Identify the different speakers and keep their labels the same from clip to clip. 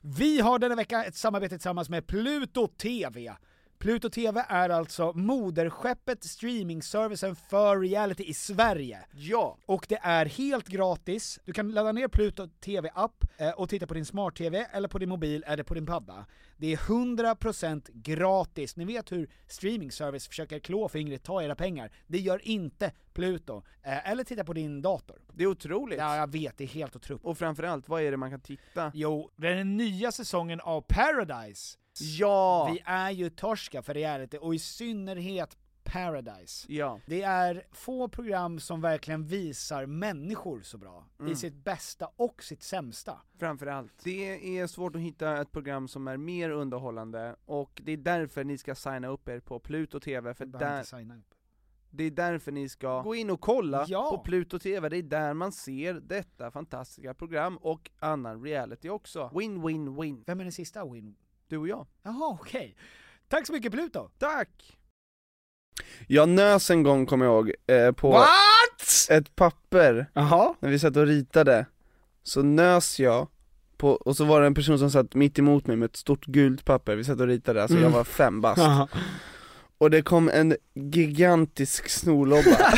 Speaker 1: Vi har denna vecka ett samarbete tillsammans med Pluto TV. Pluto TV är alltså moderskeppet, streamingservicen för reality i Sverige.
Speaker 2: Ja!
Speaker 1: Och det är helt gratis. Du kan ladda ner Pluto TV-app eh, och titta på din smart-TV, eller på din mobil, eller på din padda. Det är 100% gratis. Ni vet hur streamingservice försöker klå fingret, ta era pengar. Det gör inte Pluto. Eh, Eller titta på din dator.
Speaker 2: Det är otroligt.
Speaker 1: Ja, jag vet, det är helt otroligt.
Speaker 2: Och framförallt, vad är det man kan titta?
Speaker 1: Jo, den nya säsongen av Paradise.
Speaker 2: Ja!
Speaker 1: Vi är ju torska för reality, och i synnerhet Paradise.
Speaker 2: Ja.
Speaker 1: Det är få program som verkligen visar människor så bra, i sitt bästa och sitt sämsta.
Speaker 2: Framförallt. Det är svårt att hitta ett program som är mer underhållande, och det är därför ni ska signa upp er på Pluto TV, för
Speaker 1: Behöver
Speaker 2: där,
Speaker 1: inte signa upp.
Speaker 2: det är därför ni ska gå in och kolla
Speaker 1: Ja.
Speaker 2: på Pluto TV, det är där man ser detta fantastiska program, och annan reality också. Win, win, win.
Speaker 1: Vem är den sista win?
Speaker 2: Du och jag.
Speaker 1: Jaha, okej. Tack så mycket Pluto!
Speaker 2: Tack! Jag nös en gång, kommer jag ihåg, eh, på
Speaker 1: What?
Speaker 2: ett papper
Speaker 1: Jaha?
Speaker 2: när vi satt och ritade, så nös jag på, och så var det en person som satt mitt emot mig med ett stort gult papper, vi satt och ritade, alltså jag var fem bast Och det kom en gigantisk snorlobba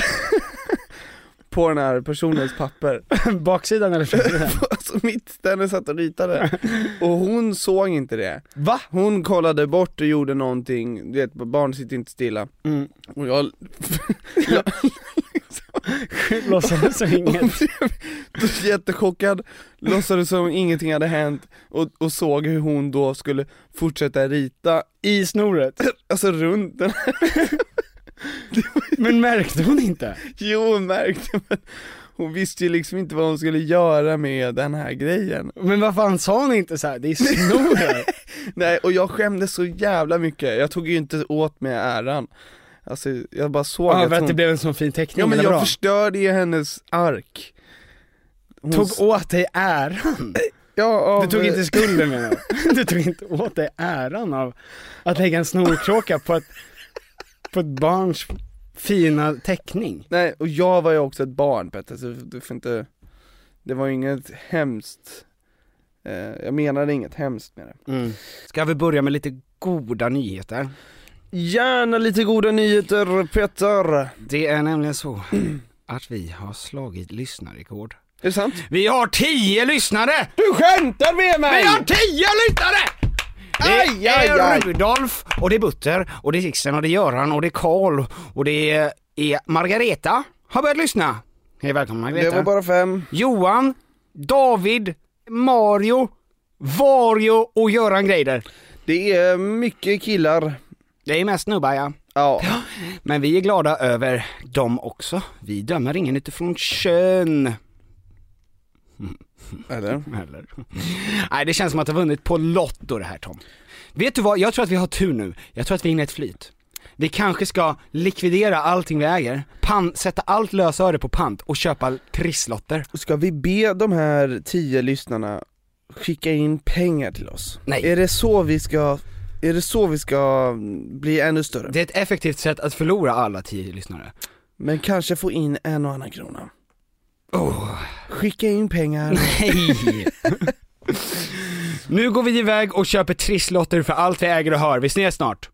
Speaker 2: På den här personens papper,
Speaker 1: Baksidan eller framsidan?
Speaker 2: alltså mitt där den satt och ritade Och hon såg inte det
Speaker 1: Va?
Speaker 2: Hon kollade bort och gjorde någonting, du vet barn sitter inte stilla Och jag
Speaker 1: Låtsades som inget.
Speaker 2: jättechockad, låtsades som ingenting hade hänt och, och såg hur hon då skulle fortsätta rita,
Speaker 1: I snoret?
Speaker 2: alltså runt den
Speaker 1: Men märkte hon inte?
Speaker 2: Jo hon märkte men hon visste ju liksom inte vad hon skulle göra med den här grejen
Speaker 1: Men vad fan sa hon inte så Det är snoret!
Speaker 2: Nej och jag skämdes så jävla mycket, jag tog ju inte åt mig äran Alltså jag bara såg
Speaker 1: Ja,
Speaker 2: att
Speaker 1: för att det
Speaker 2: hon,
Speaker 1: blev en sån fin teckning,
Speaker 2: ja men
Speaker 1: eller
Speaker 2: jag
Speaker 1: bra.
Speaker 2: förstörde ju hennes ark Hon
Speaker 1: Tog
Speaker 2: s-
Speaker 1: åt dig äran?
Speaker 2: ja,
Speaker 1: Du
Speaker 2: av-
Speaker 1: tog inte skulden menar jag. Du tog inte åt dig äran av att lägga en snorkråka på ett, på ett barns fina teckning.
Speaker 2: Nej, och jag var ju också ett barn Petter, så du får inte Det var ju inget hemskt eh, Jag menade inget hemskt med det
Speaker 1: Ska vi börja med lite goda nyheter?
Speaker 2: Gärna lite goda nyheter Petter! Är
Speaker 1: Det är nämligen så att vi har slagit lyssnarrekord.
Speaker 2: det sant?
Speaker 1: Vi har 10 lyssnare!
Speaker 2: Du skämtar med mig!
Speaker 1: Vi har 10 lyssnare!
Speaker 2: Aj,
Speaker 1: Det
Speaker 2: aj, aj.
Speaker 1: är Rudolf, och det är Butter, och det är Sixten, och det är Göran, och det är Karl, och det är- är Margareta har börjat lyssna. Hej välkommen
Speaker 2: Det
Speaker 1: Margareta.
Speaker 2: var bara fem
Speaker 1: Johan, David, Mario, Vario och Göran Greider.
Speaker 2: Det är mycket killar
Speaker 1: Det är mest snubbar ja.
Speaker 2: Ja,
Speaker 1: Men vi är glada över dem också. Vi dömer ingen utifrån kön.
Speaker 2: eller?
Speaker 1: Eller? Nej det känns som att jag vunnit på Lotto det här Tom. Vet du vad, jag tror att vi har tur nu. Jag tror att vi hinner ett flyt. vi kanske ska likvidera allting vi äger, pan- sätta allt lösöre på pant och köpa trisslotter.
Speaker 2: Ska vi be de här tio lyssnarna skicka in pengar till oss?
Speaker 1: Nej.
Speaker 2: Är det så vi ska, är det så vi ska bli ännu större?
Speaker 1: Det är ett effektivt sätt att förlora alla tio lyssnare.
Speaker 2: Men kanske få in en och annan krona?
Speaker 1: Oh,
Speaker 2: Skicka in pengar,
Speaker 1: nej! nu går vi iväg och köper trisslotter för allt vi äger och har. Vi ses snart.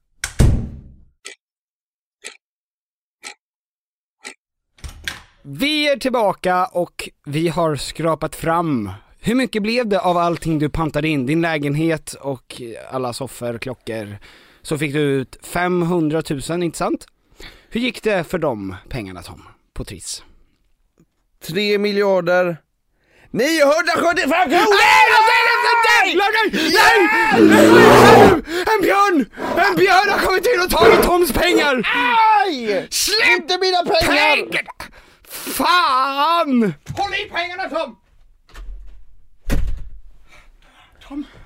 Speaker 1: Vi är tillbaka och vi har skrapat fram hur mycket blev det av allting du pantade in? Din lägenhet och alla soffor, klockor. Så fick du ut 500 000, inte sant? Hur gick det för de pengarna Tom, på Triss?
Speaker 2: tre miljarder 975 kronor!
Speaker 1: Nej, låt mig lämna den! Låt mig! Nej! Nu får jag se nu! En björn! En björn har kommit in och tagit Toms pengar!
Speaker 2: Aj!
Speaker 1: Släpp
Speaker 2: Inte mina pengar!
Speaker 1: pengarna! Fan!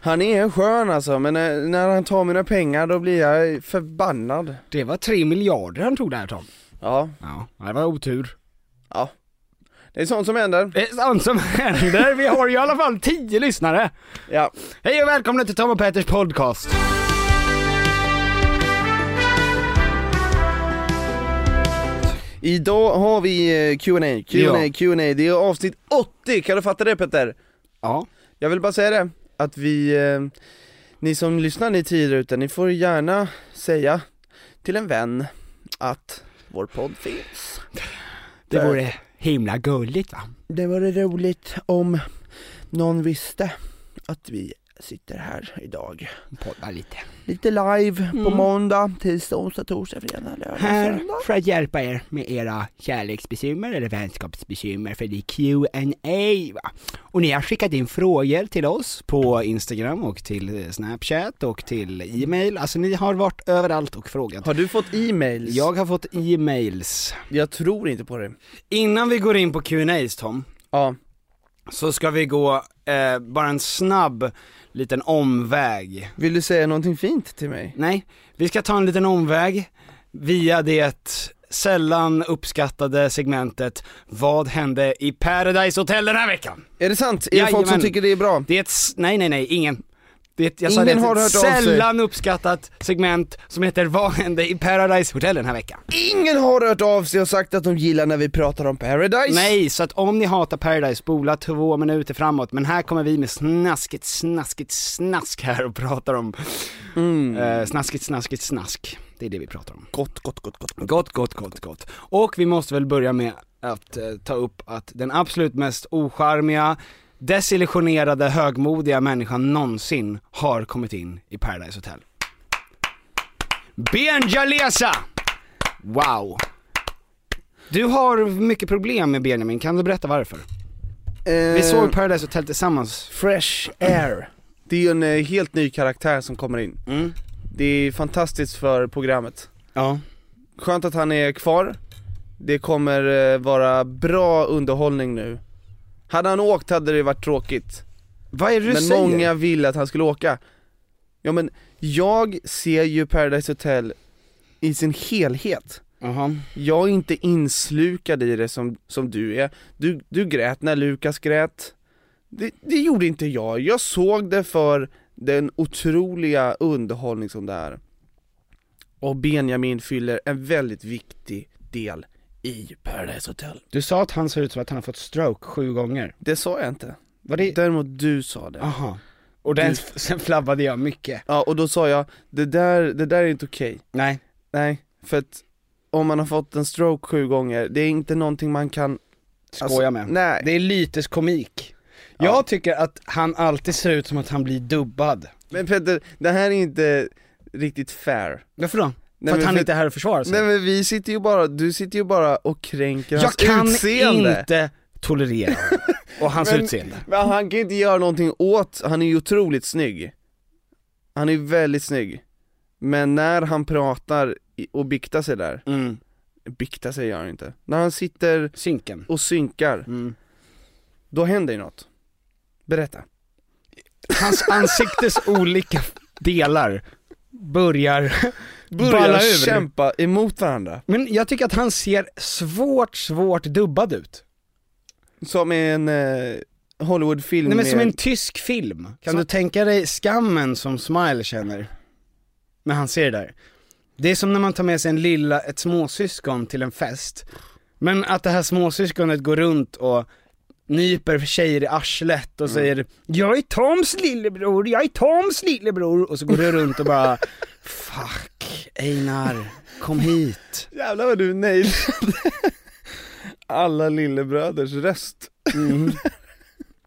Speaker 2: Han är skön alltså, men eh, när han tar mina pengar då blir jag förbannad
Speaker 1: Det var tre miljarder han tog där Tom.
Speaker 2: Ja,
Speaker 1: Ja, det var otur.
Speaker 2: ja Det är sånt som händer
Speaker 1: Det är sånt som händer. Vi har ju i alla fall tio lyssnare.
Speaker 2: Ja,
Speaker 1: Hej och välkomna till Tom och Petters podcast.
Speaker 2: idag har vi eh, Q&A, Q&A,
Speaker 1: Ja.
Speaker 2: Q&A Det är avsnitt 80, kan du fatta det Petter?
Speaker 1: Ja.
Speaker 2: Jag vill bara säga det, att vi, eh, ni som lyssnar ni tidigare ute, ni får gärna säga till en vän att vår podd finns.
Speaker 1: Det vore himla gulligt va?
Speaker 2: Det vore roligt om någon visste att vi sitter här idag.
Speaker 1: Podda lite.
Speaker 2: Lite live på måndag, tisdag, onsdag, torsdag, fredag, lördag,
Speaker 1: Här
Speaker 2: söndag.
Speaker 1: för att hjälpa er med era kärleksbekymmer eller vänskapsbekymmer för det är Q&A va. Och ni har skickat in frågor till oss på Instagram och till eh, Snapchat och till e-mail. Alltså ni har varit överallt och frågat.
Speaker 2: Har du fått e-mails?
Speaker 1: Jag har fått e-mails.
Speaker 2: Jag tror inte på det.
Speaker 1: Innan vi går in på Q&As Tom,
Speaker 2: Ja,
Speaker 1: så ska vi gå eh, bara en snabb liten omväg.
Speaker 2: vill du säga någonting fint till mig?
Speaker 1: Nej, vi ska ta en liten omväg via det sällan uppskattade segmentet Vad hände i Paradise Hotel den här veckan?
Speaker 2: Är det sant? Är det folk som
Speaker 1: Jajamän.
Speaker 2: tycker det är bra?
Speaker 1: Det är ett, s- nej nej nej, ingen. Det är ett, jag sa
Speaker 2: Ingen
Speaker 1: det,
Speaker 2: har
Speaker 1: ett
Speaker 2: hört av sig.
Speaker 1: sällan uppskattat segment som heter Vad hände i Paradise Hotel den här veckan?
Speaker 2: Ingen har hört av sig och sagt att de gillar när vi pratar om Paradise.
Speaker 1: Nej, så att om ni hatar Paradise, spola två minuter framåt, men här kommer vi med snaskigt, snaskigt, snask här och pratar om eh, snaskigt, snaskigt, snask. Det är det vi pratar om.
Speaker 2: Mm. Gott, gott, gott, gott.
Speaker 1: Gott, gott, gott, gott. Och vi måste väl börja med att eh, ta upp att den absolut mest ocharmiga, desillusionerade, högmodiga människan någonsin har kommit in i Paradise Hotel. Ben Jalesa! Wow. Du har mycket problem med Benjamin, kan du berätta varför? Vi såg Paradise Hotel tillsammans.
Speaker 2: Eh, Fresh Air. Mm. Det är ju en eh, helt ny karaktär som kommer in. Det är fantastiskt för programmet.
Speaker 1: Ja.
Speaker 2: Skönt att han är kvar. Det kommer eh, vara bra underhållning nu. Hade han åkt hade det varit tråkigt.
Speaker 1: Vad är det du
Speaker 2: men
Speaker 1: säger?
Speaker 2: många ville att han skulle åka. Ja men, jag ser ju Paradise Hotel i sin helhet.
Speaker 1: Jaha.
Speaker 2: Jag är inte inslukad i det som, som du är. Du, du grät när Lukas grät. Det, det gjorde inte jag. Jag såg det för den otroliga underhållning som det är. Och Benjamin fyller en väldigt viktig del i Paradise Hotel.
Speaker 1: Du sa att han ser ut som att han har fått stroke sju gånger.
Speaker 2: Det sa jag inte.
Speaker 1: Var det...
Speaker 2: Däremot du sa det.
Speaker 1: Aha. Och den, sen flabbade jag mycket.
Speaker 2: Ja, och då sa jag, det där, det där är inte okej.
Speaker 1: Nej.
Speaker 2: Nej, för att om man har fått en stroke sju gånger, det är inte någonting man kan...
Speaker 1: skoja med.
Speaker 2: Alltså, nej.
Speaker 1: Det är lytes komik. Jag tycker att han alltid ser ut som att han blir dubbad.
Speaker 2: Men Petter, det här är inte riktigt fair.
Speaker 1: Varför då?
Speaker 2: men
Speaker 1: för att han
Speaker 2: för-
Speaker 1: inte är här och försvarar sig.
Speaker 2: Nej men vi sitter ju bara, du sitter ju bara och kränker
Speaker 1: jag
Speaker 2: hans
Speaker 1: kan
Speaker 2: utseende.
Speaker 1: inte tolerera honom och hans utseende.
Speaker 2: Men han kan inte göra någonting åt, han är ju otroligt snygg. Han är ju väldigt snygg. Men när han pratar i- och biktar sig där,
Speaker 1: Mm.
Speaker 2: biktar sig gör han inte. När han sitter
Speaker 1: Synken.
Speaker 2: och synkar,
Speaker 1: Mm.
Speaker 2: då händer ju något. Berätta.
Speaker 1: Hans ansiktes olika delar börjar
Speaker 2: börjar
Speaker 1: balla ur.
Speaker 2: kämpa emot varandra.
Speaker 1: Men jag tycker att han ser svårt, svårt dubbad ut.
Speaker 2: Som i en eh, Hollywoodfilm
Speaker 1: Nej men som
Speaker 2: med-
Speaker 1: en tysk film. Kan
Speaker 2: Som-
Speaker 1: du tänka dig skammen som Smile känner? När han ser det där. Det är som när man tar med sig en lilla, ett småsyskon till en fest. Men att det här småsyskonet går runt och nyper tjejer i arslet och säger 'Jag är Toms lillebror, jag är Toms lillebror' och så går du runt och bara 'Fuck, Einar, kom hit'
Speaker 2: Jävlar vad du nailade alla lillebröders röst. Mm.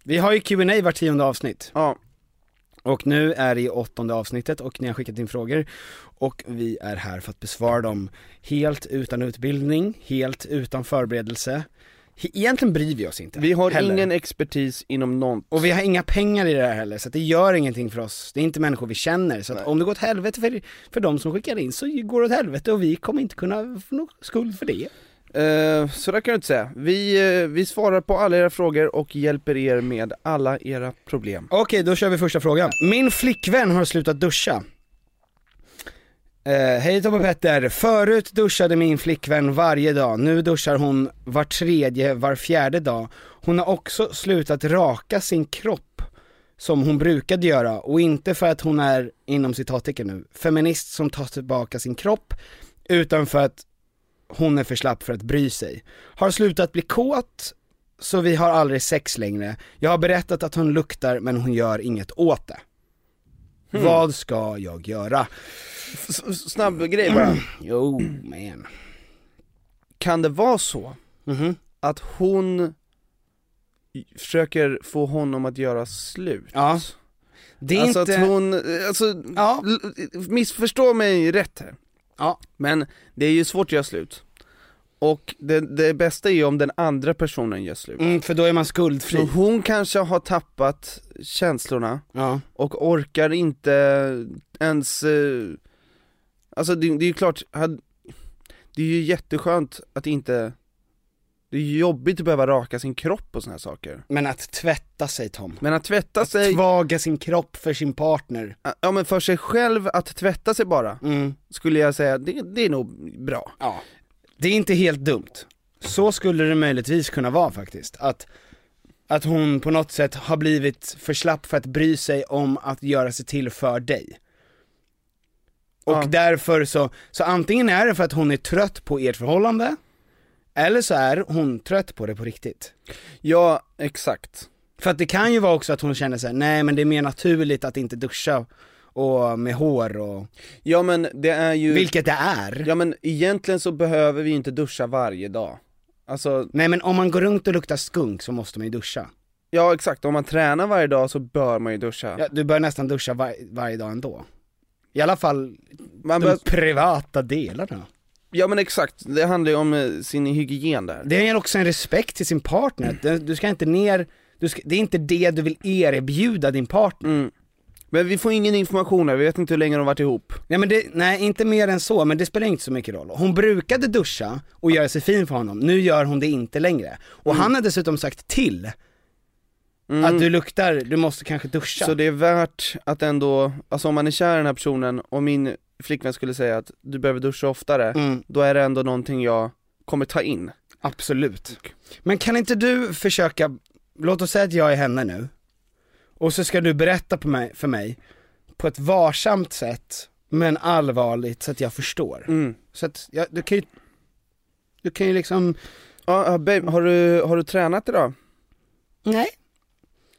Speaker 1: Vi har ju Q&A var tionde avsnitt.
Speaker 2: Ja,
Speaker 1: Och nu är det i åttonde avsnittet och ni har skickat in frågor och vi är här för att besvara dem helt utan utbildning, helt utan förberedelse. He- Egentligen bryr vi oss inte.
Speaker 2: vi har
Speaker 1: heller.
Speaker 2: ingen expertis inom något.
Speaker 1: Och vi har inga pengar i det här heller, så att det gör ingenting för oss. Det är inte människor vi känner, så att om det går åt helvete för, för de som skickar in så går det åt helvete och vi kommer inte kunna få någon skuld för det.
Speaker 2: Eh, så där kan du inte säga. Vi, eh, vi svarar på alla era frågor och hjälper er med alla era problem.
Speaker 1: Okej, då kör vi första frågan. Min flickvän har slutat duscha. Eh, Hej Tom och Petter, förut duschade min flickvän varje dag, nu duschar hon var tredje, var fjärde dag. Hon har också slutat raka sin kropp som hon brukade göra och inte för att hon är, inom citattecken nu, feminist som tar tillbaka sin kropp utan för att hon är för slapp för att bry sig. Har slutat bli kåt, så vi har aldrig sex längre. Jag har berättat att hon luktar men hon gör inget åt det. Vad ska jag göra?
Speaker 2: S- s- Snabb grej bara.
Speaker 1: Jo, men.
Speaker 2: Kan det vara så
Speaker 1: Mhm.
Speaker 2: att hon försöker få honom att göra slut?
Speaker 1: Ja. Det är
Speaker 2: alltså
Speaker 1: inte...
Speaker 2: att hon, alltså,
Speaker 1: Ja.
Speaker 2: l- missförstå mig rätt här.
Speaker 1: Ja.
Speaker 2: Men det är ju svårt att göra slut. Och det, det bästa är ju om den andra personen gör slut.
Speaker 1: Mm, för då är man
Speaker 2: Så
Speaker 1: skuldfri.
Speaker 2: hon kanske har tappat känslorna
Speaker 1: Ja.
Speaker 2: och orkar inte ens, eh, alltså det, det är ju klart, had- det är ju jätteskönt att inte, det är ju jobbigt att behöva raka sin kropp och såna här saker.
Speaker 1: Men att tvätta sig Tom.
Speaker 2: Men att tvätta sig,
Speaker 1: Svaga sin kropp för sin partner.
Speaker 2: ja men för sig själv att tvätta sig bara,
Speaker 1: Mm.
Speaker 2: skulle jag säga, det, det är nog bra.
Speaker 1: Ja. Det är inte helt dumt. Så skulle det möjligtvis kunna vara faktiskt. Att, att hon på något sätt har blivit för slapp för att bry sig om att göra sig till för dig. Och
Speaker 2: Ja.
Speaker 1: därför så, så antingen är det för att hon är trött på ert förhållande, eller så är hon trött på det på riktigt.
Speaker 2: Ja, exakt.
Speaker 1: För att det kan ju vara också att hon känner sig nej men det är mer naturligt att inte duscha och med hår och,
Speaker 2: Ja men det är ju,
Speaker 1: vilket det är.
Speaker 2: ja men egentligen så behöver vi ju inte duscha varje dag. Alltså,
Speaker 1: Nej men om man går runt och luktar skunk så måste man ju duscha.
Speaker 2: ja exakt, om man tränar varje dag så bör man ju duscha.
Speaker 1: Ja, du börjar nästan duscha var, varje dag ändå. I alla fall
Speaker 2: man
Speaker 1: de
Speaker 2: bör,
Speaker 1: privata delarna.
Speaker 2: ja men exakt, det handlar ju om eh, sin hygien där.
Speaker 1: Det är också en respekt till sin partner, att den- du ska inte ner, du ska, det är inte det du vill erbjuda din partner.
Speaker 2: Mm. Men vi får ingen information här, vi vet inte hur länge de varit ihop.
Speaker 1: Nej men det, nej inte mer än så, men det spelar inte så mycket roll. Hon brukade duscha och göra sig fin för honom, nu gör hon det inte längre. Och
Speaker 2: Mm.
Speaker 1: han har dessutom sagt till, att du luktar, du måste kanske duscha.
Speaker 2: Så det är värt att ändå, alltså om man är kär i den här personen och min flickvän skulle säga att du behöver duscha oftare,
Speaker 1: Mm.
Speaker 2: då är det ändå någonting jag kommer ta in.
Speaker 1: Absolut. Men kan inte du försöka, låt oss säga att jag är henne nu, och så ska du berätta på mig, för mig, på ett varsamt sätt, men allvarligt så att jag förstår.
Speaker 2: Mm.
Speaker 1: Så att, jag, du kan ju, du kan ju liksom,
Speaker 2: Ja, ah, babe, har du, har du tränat idag?
Speaker 1: nej,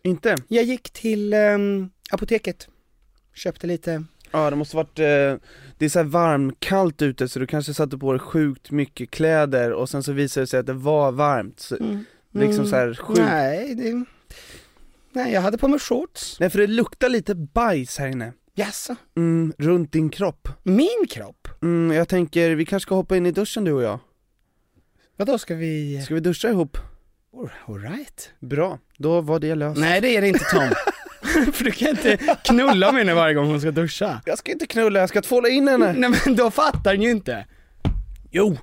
Speaker 2: Inte?
Speaker 1: jag gick till ehm, apoteket, köpte lite,
Speaker 2: Ja det måste varit, eh, det är så här varmkallt ute så du kanske satte på dig sjukt mycket kläder och sen så visade det sig att det var varmt, så, liksom så här sjukt Nej.
Speaker 1: Mm. nej, det, nej jag hade på mig shorts.
Speaker 2: för det luktar lite bajs här inne,
Speaker 1: Jaså?
Speaker 2: mm, runt din kropp.
Speaker 1: Min kropp?
Speaker 2: Mm, jag tänker, vi kanske ska hoppa in i duschen du och jag?
Speaker 1: Vadå ska vi,
Speaker 2: Ska vi duscha ihop?
Speaker 1: alright?
Speaker 2: Bra, då var det löst.
Speaker 1: Nej det är det inte Tom. För du kan inte knulla med henne varje gång hon ska duscha.
Speaker 2: Jag ska inte knulla, jag ska tvåla in henne!
Speaker 1: Nej men då fattar ni ju inte. Jo.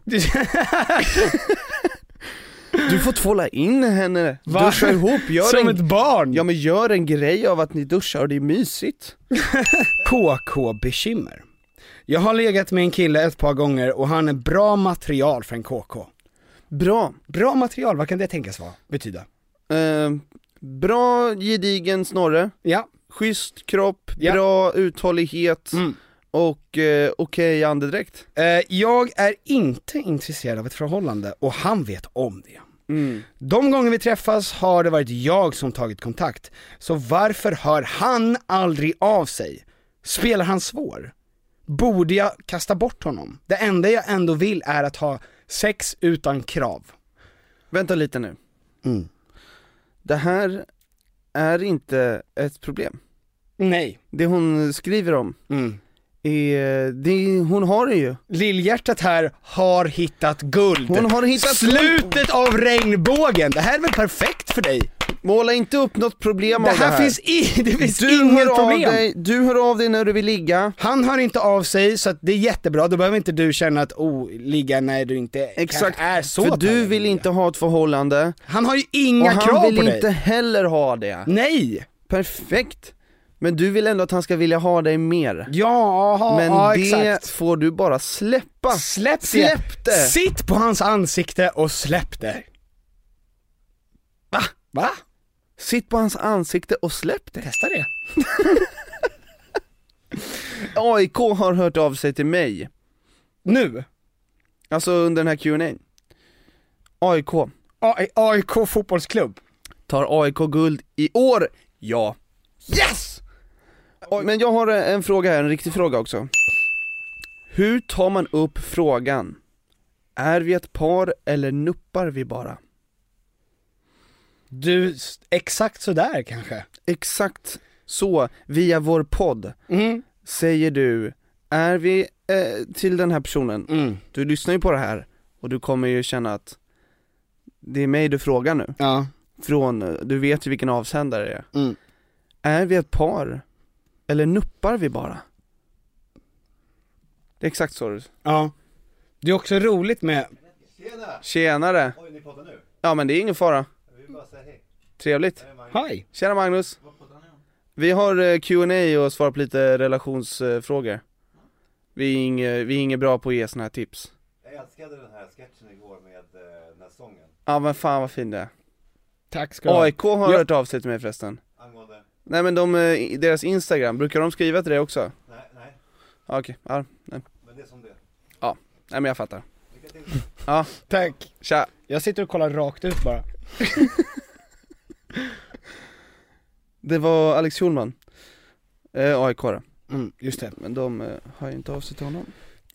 Speaker 2: Du får tvåla in henne,
Speaker 1: Va?
Speaker 2: duscha ihop, gör
Speaker 1: Som
Speaker 2: en...
Speaker 1: ett barn.
Speaker 2: Ja men gör en grej av att ni duschar och det är mysigt.
Speaker 1: KK-bekymmer. Jag har legat med en kille ett par gånger och han är bra material för en KK.
Speaker 2: Bra.
Speaker 1: Bra material, vad kan det tänkas vara, betyda?
Speaker 2: Eh, bra gedigen snorre,
Speaker 1: Ja,
Speaker 2: schysst kropp,
Speaker 1: Ja.
Speaker 2: bra uthållighet
Speaker 1: Mm.
Speaker 2: och eh, okej andedräkt.
Speaker 1: eh, jag är inte intresserad av ett förhållande och han vet om det.
Speaker 2: Mm.
Speaker 1: De gånger vi träffas har det varit jag som tagit kontakt, så varför hör han aldrig av sig? Spelar han svår? Borde jag kasta bort honom? Det enda jag ändå vill är att ha sex utan krav.
Speaker 2: Vänta lite nu.
Speaker 1: Mm.
Speaker 2: Det här är inte ett problem.
Speaker 1: Nej.
Speaker 2: Det hon skriver om,
Speaker 1: Mm.
Speaker 2: är, det, hon har det ju.
Speaker 1: Lillhjärtat här har hittat guld.
Speaker 2: Hon har hittat
Speaker 1: Slutet av regnbågen! Det här är väl perfekt för dig?
Speaker 2: Måla inte upp något problem
Speaker 1: Det
Speaker 2: av det
Speaker 1: här finns, i, det finns inget
Speaker 2: hör
Speaker 1: problem.
Speaker 2: Av dig, du hör av dig när du vill ligga.
Speaker 1: Han hör inte av sig så att det är jättebra, då behöver inte du känna att oh, ligga när du inte
Speaker 2: Exakt,
Speaker 1: kanske är så
Speaker 2: för du
Speaker 1: taggad.
Speaker 2: vill inte ha ett förhållande
Speaker 1: Han har ju inga
Speaker 2: och han
Speaker 1: krav
Speaker 2: vill
Speaker 1: på
Speaker 2: inte
Speaker 1: dig.
Speaker 2: heller ha det.
Speaker 1: Nej!
Speaker 2: Perfekt! Men du vill ändå att han ska vilja ha dig mer.
Speaker 1: Ja,
Speaker 2: Men
Speaker 1: ja
Speaker 2: det
Speaker 1: exakt.
Speaker 2: får du bara släppa.
Speaker 1: Släpp,
Speaker 2: Släpp det!
Speaker 1: Sitt på hans ansikte och släpp det. Va? Va?
Speaker 2: Sitt på hans ansikte och släpp det.
Speaker 1: Testa det.
Speaker 2: AIK har hört av sig till mig,
Speaker 1: Nu.
Speaker 2: alltså under den här Q&A AIK,
Speaker 1: A- AIK fotbollsklubb.
Speaker 2: tar AIK guld i år? Ja. Yes! Men jag har eh, en fråga här, en riktig fråga också. Hur tar man upp frågan? Är vi ett par eller nuppar vi bara?
Speaker 1: Du, s- exakt sådär kanske.
Speaker 2: Exakt så, via vår podd, säger du, är vi eh, till den här personen, du lyssnar ju på det här och du kommer ju känna att det är mig du frågar nu,
Speaker 1: Ja.
Speaker 2: från, eh, du vet ju vilken avsändare det är.
Speaker 3: Mm.
Speaker 2: Är vi ett par? Eller nuppar vi bara? Det är exakt så du
Speaker 1: Ja. Det är också roligt med,
Speaker 2: Tjenare! Oj, ni poddar nu? Ja men det är ingen fara. Jag vill bara säga hej. Trevligt.
Speaker 1: hej.
Speaker 2: Tjena Magnus. Vi har eh, Q&A och svarar på lite relationsfrågor. Vi är inget, vi är inget bra på att ge såna här tips.
Speaker 3: Jag älskade den här sketchen igår med eh, den här sången
Speaker 2: Ja men fan vad fin det är.
Speaker 1: Tack ska du ha.
Speaker 2: AIK har
Speaker 1: Ja.
Speaker 2: hört av sig till mig förresten.
Speaker 3: angående...
Speaker 2: Nej men de, eh, i deras Instagram, brukar de skriva till dig också?
Speaker 3: Nej, nej,
Speaker 2: Ja, Okej, ja, nej.
Speaker 3: men det är som det.
Speaker 2: ja, nej men jag fattar.
Speaker 3: Lycka till.
Speaker 2: Ja,
Speaker 1: Tack.
Speaker 2: tja.
Speaker 1: Jag sitter och kollar rakt ut bara.
Speaker 2: Det var Alex Schulman, eh, AIK då.
Speaker 1: Mm, just det.
Speaker 2: Men de eh, har ju inte av sig till honom.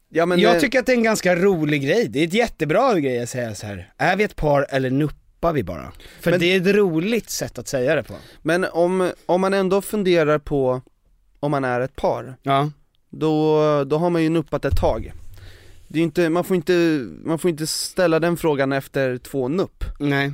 Speaker 2: Ja men
Speaker 1: jag
Speaker 2: eh,
Speaker 1: tycker att det är en ganska rolig grej, det är ett jättebra grej att säga så här. är vi ett par eller nuppar vi bara? För
Speaker 2: Men-
Speaker 1: det är ett roligt sätt att säga det på.
Speaker 2: Men om, om man ändå funderar på om man är ett par,
Speaker 1: Ja.
Speaker 2: då, då har man ju nuppat ett tag. Det är ju inte, man, får inte, man får inte ställa den frågan efter två nupp,
Speaker 1: Nej.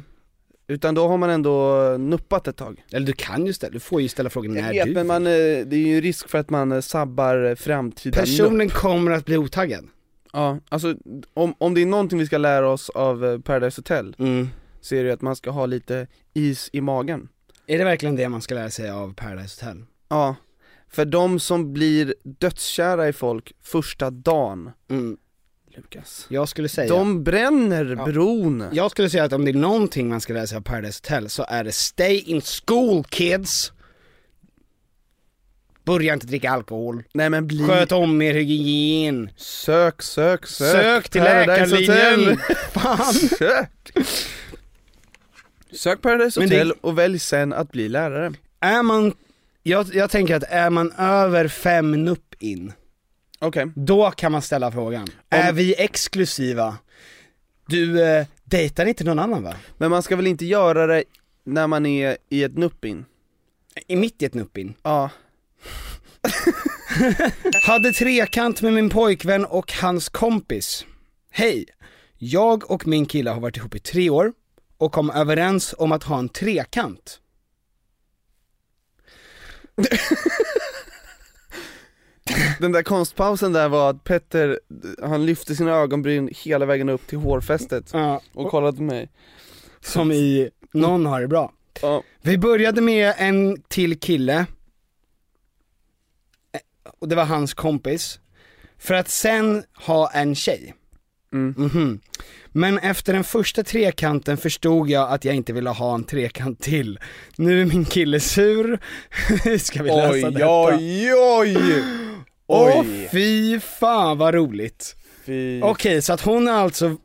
Speaker 2: utan då har man ändå nuppat ett tag.
Speaker 1: Eller du kan ju ställa, du får ju ställa frågan
Speaker 2: Jag
Speaker 1: när
Speaker 2: vet,
Speaker 1: du
Speaker 2: men man, eh, det är ju risk för att man eh, sabbar framtida nupp.
Speaker 1: Personen kommer att bli otaggad.
Speaker 2: Ja, alltså om, om det är någonting vi ska lära oss av eh, Paradise Hotel, så är det ju att man ska ha lite is i magen.
Speaker 1: Är det verkligen det man ska lära sig av Paradise Hotel?
Speaker 2: Ja, för de som blir dödskära i folk första dagen,
Speaker 1: Mm.
Speaker 2: Lukas.
Speaker 1: Jag skulle säga,
Speaker 2: De bränner bron.
Speaker 1: jag skulle säga att om det är någonting man ska lära sig av Paradise Hotel så är det stay in school kids. Börja inte dricka alkohol.
Speaker 2: Nej men bli...
Speaker 1: Sköt om er hygien.
Speaker 2: Sök, sök, sök.
Speaker 1: Sök till
Speaker 2: Paradise
Speaker 1: läkarlinjen!
Speaker 2: Hotel.
Speaker 1: Fan!
Speaker 2: sök. Sök Paradise
Speaker 1: Men det-
Speaker 2: Hotel och välj sen att bli lärare.
Speaker 1: Är man, jag, jag tänker att är man över fem nupp in,
Speaker 2: Okej.
Speaker 1: då kan man ställa frågan. Är vi exklusiva? Du eh, dejtar inte någon annan va?
Speaker 2: Men man ska väl inte göra det när man är i ett nuppin?
Speaker 1: I mitt i ett nupp in.
Speaker 2: Ja.
Speaker 1: Hade trekant med min pojkvän och hans kompis. Hej! Jag och min kille har varit ihop i tre år och kom överens om att ha en trekant.
Speaker 2: Den där konstpausen där var att Petter, han lyfte sina ögonbryn hela vägen upp till hårfästet och kollade på mig.
Speaker 1: Som i, någon har det bra.
Speaker 2: Ja.
Speaker 1: Vi började med en till kille, Eh, och det var hans kompis. För att sen ha en tjej.
Speaker 2: Mm.
Speaker 1: Mhm. Men efter den första trekanten förstod jag att jag inte ville ha en trekant till. Nu är min kille sur. Ska vi läsa
Speaker 2: Oj,
Speaker 1: detta?
Speaker 2: oj, oj!
Speaker 1: Åh
Speaker 2: Oj.
Speaker 1: fy fan vad roligt.
Speaker 2: Fy.
Speaker 1: Okej, så att hon har alltså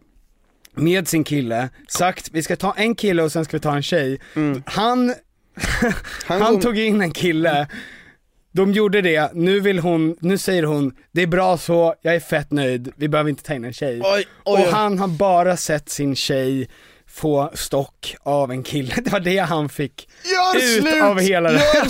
Speaker 1: med sin kille sagt vi ska ta en kille och sen ska vi ta en tjej. Han, han,
Speaker 2: Mm. kom-
Speaker 1: tog in en kille, de gjorde det, nu vill hon, nu säger hon det är bra så, jag är fett nöjd, vi behöver inte ta in en tjej.
Speaker 2: Oj, oj, oj.
Speaker 1: Och han har bara sett sin tjej få stock av en kille, det var det han fick
Speaker 2: Gör
Speaker 1: ut
Speaker 2: slut!
Speaker 1: av hela det här.
Speaker 2: Gör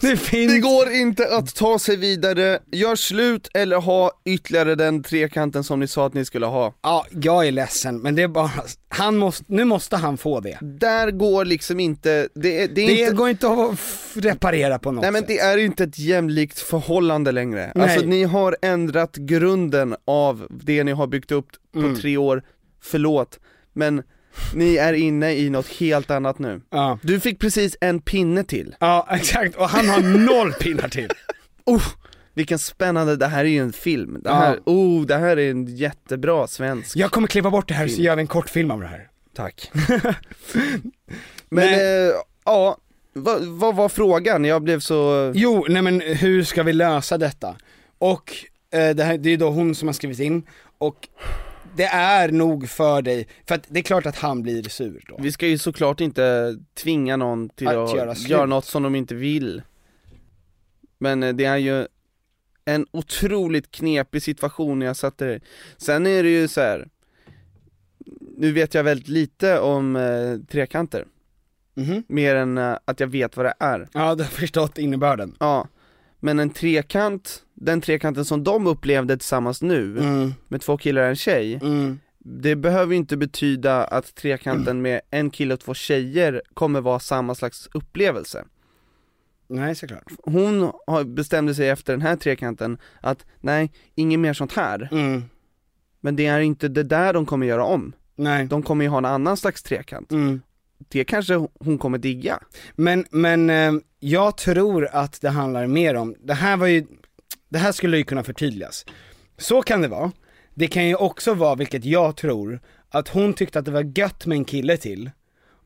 Speaker 1: Det finns
Speaker 2: Det går inte att ta sig vidare, gör slut eller ha ytterligare den trekanten som ni sa att ni skulle ha.
Speaker 1: Ja, jag är ledsen men det är bara, han måste, nu måste han få det.
Speaker 2: Där går liksom inte, det är, det är
Speaker 1: Det
Speaker 2: inte...
Speaker 1: går inte att f- reparera på något
Speaker 2: Nej men
Speaker 1: sätt.
Speaker 2: det är inte ett jämlikt förhållande längre.
Speaker 1: Nej.
Speaker 2: Alltså ni har ändrat grunden av det ni har byggt upp på
Speaker 1: Mm.
Speaker 2: tre år, förlåt, men ni är inne i något helt annat nu.
Speaker 1: Ja.
Speaker 2: Du fick precis en pinne till.
Speaker 1: Ja exakt, och han har noll pinnar till.
Speaker 2: Oh, vilken spännande, det här är ju en film. Det här, oh, det här är en jättebra svensk.
Speaker 1: Jag kommer klippa bort det här så gör vi en kortfilm av det här.
Speaker 2: Tack. men,
Speaker 1: Nej.
Speaker 2: eh, ja, vad vad var frågan? Jag blev så...
Speaker 1: Jo, nej men hur ska vi lösa detta? Och eh, det, här, det är då hon som har skrivit in, och det är nog för dig, för att det är klart att han blir sur då.
Speaker 2: Vi ska ju såklart inte tvinga någon till
Speaker 1: Att
Speaker 2: att,
Speaker 1: göra
Speaker 2: göra,
Speaker 1: slut.
Speaker 2: något som de inte vill Men eh, det är ju en otroligt knepig situation jag satte dig i. Sen är det ju så här. nu vet jag väldigt lite om eh, trekanter,
Speaker 1: Mhm.
Speaker 2: mer än eh, att jag vet vad det är
Speaker 1: Ja, du har förstått innebörden.
Speaker 2: Ja, men en trekant, den trekanten som de upplevde tillsammans nu,
Speaker 1: Mm,
Speaker 2: med två killar och en tjej
Speaker 1: mm.
Speaker 2: det behöver ju inte betyda att trekanten med en kille och två tjejer kommer vara samma slags upplevelse.
Speaker 1: Nej såklart.
Speaker 2: Hon har- bestämde sig efter den här trekanten att nej, inget mer sånt här.
Speaker 1: Mm.
Speaker 2: Men det är inte det där de kommer göra om.
Speaker 1: Nej.
Speaker 2: De kommer ju ha en annan slags trekant.
Speaker 1: Mm.
Speaker 2: Det kanske hon kommer digga.
Speaker 1: Men, men eh, jag tror att det handlar mer om, det här var ju, det här skulle ju kunna förtydligas. Så kan det vara, det kan ju också vara, vilket jag tror, att hon tyckte att det var gött med en kille till,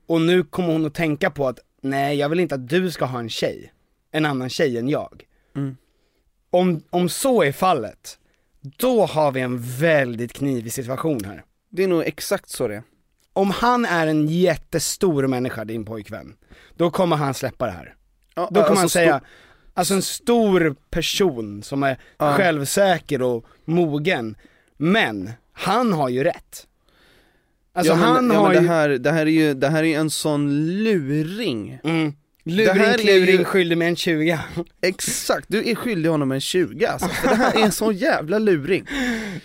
Speaker 1: och nu kommer hon att tänka på att, nej jag vill inte att du ska ha en tjej, en annan tjej än jag. Om, om så är fallet, då har vi en väldigt knivig situation här
Speaker 2: Det är nog exakt så det är.
Speaker 1: om han är en jättestor människa, din pojkvän, då kommer han släppa det här.
Speaker 2: Ja,
Speaker 1: Då kommer
Speaker 2: alltså
Speaker 1: han säga,
Speaker 2: sto-
Speaker 1: alltså en stor person som är självsäker och mogen, men han har ju rätt. Alltså
Speaker 2: ja, men,
Speaker 1: han
Speaker 2: ja,
Speaker 1: har
Speaker 2: men
Speaker 1: ju,
Speaker 2: det, här, det här är ju, det här är ju en sån luring.
Speaker 1: mm,
Speaker 2: det här
Speaker 1: luring
Speaker 2: är
Speaker 1: kluring
Speaker 2: ju-
Speaker 1: skyldig med en 20.
Speaker 2: Exakt, du är skyldig honom en 20 alltså. För det här är en sån jävla luring.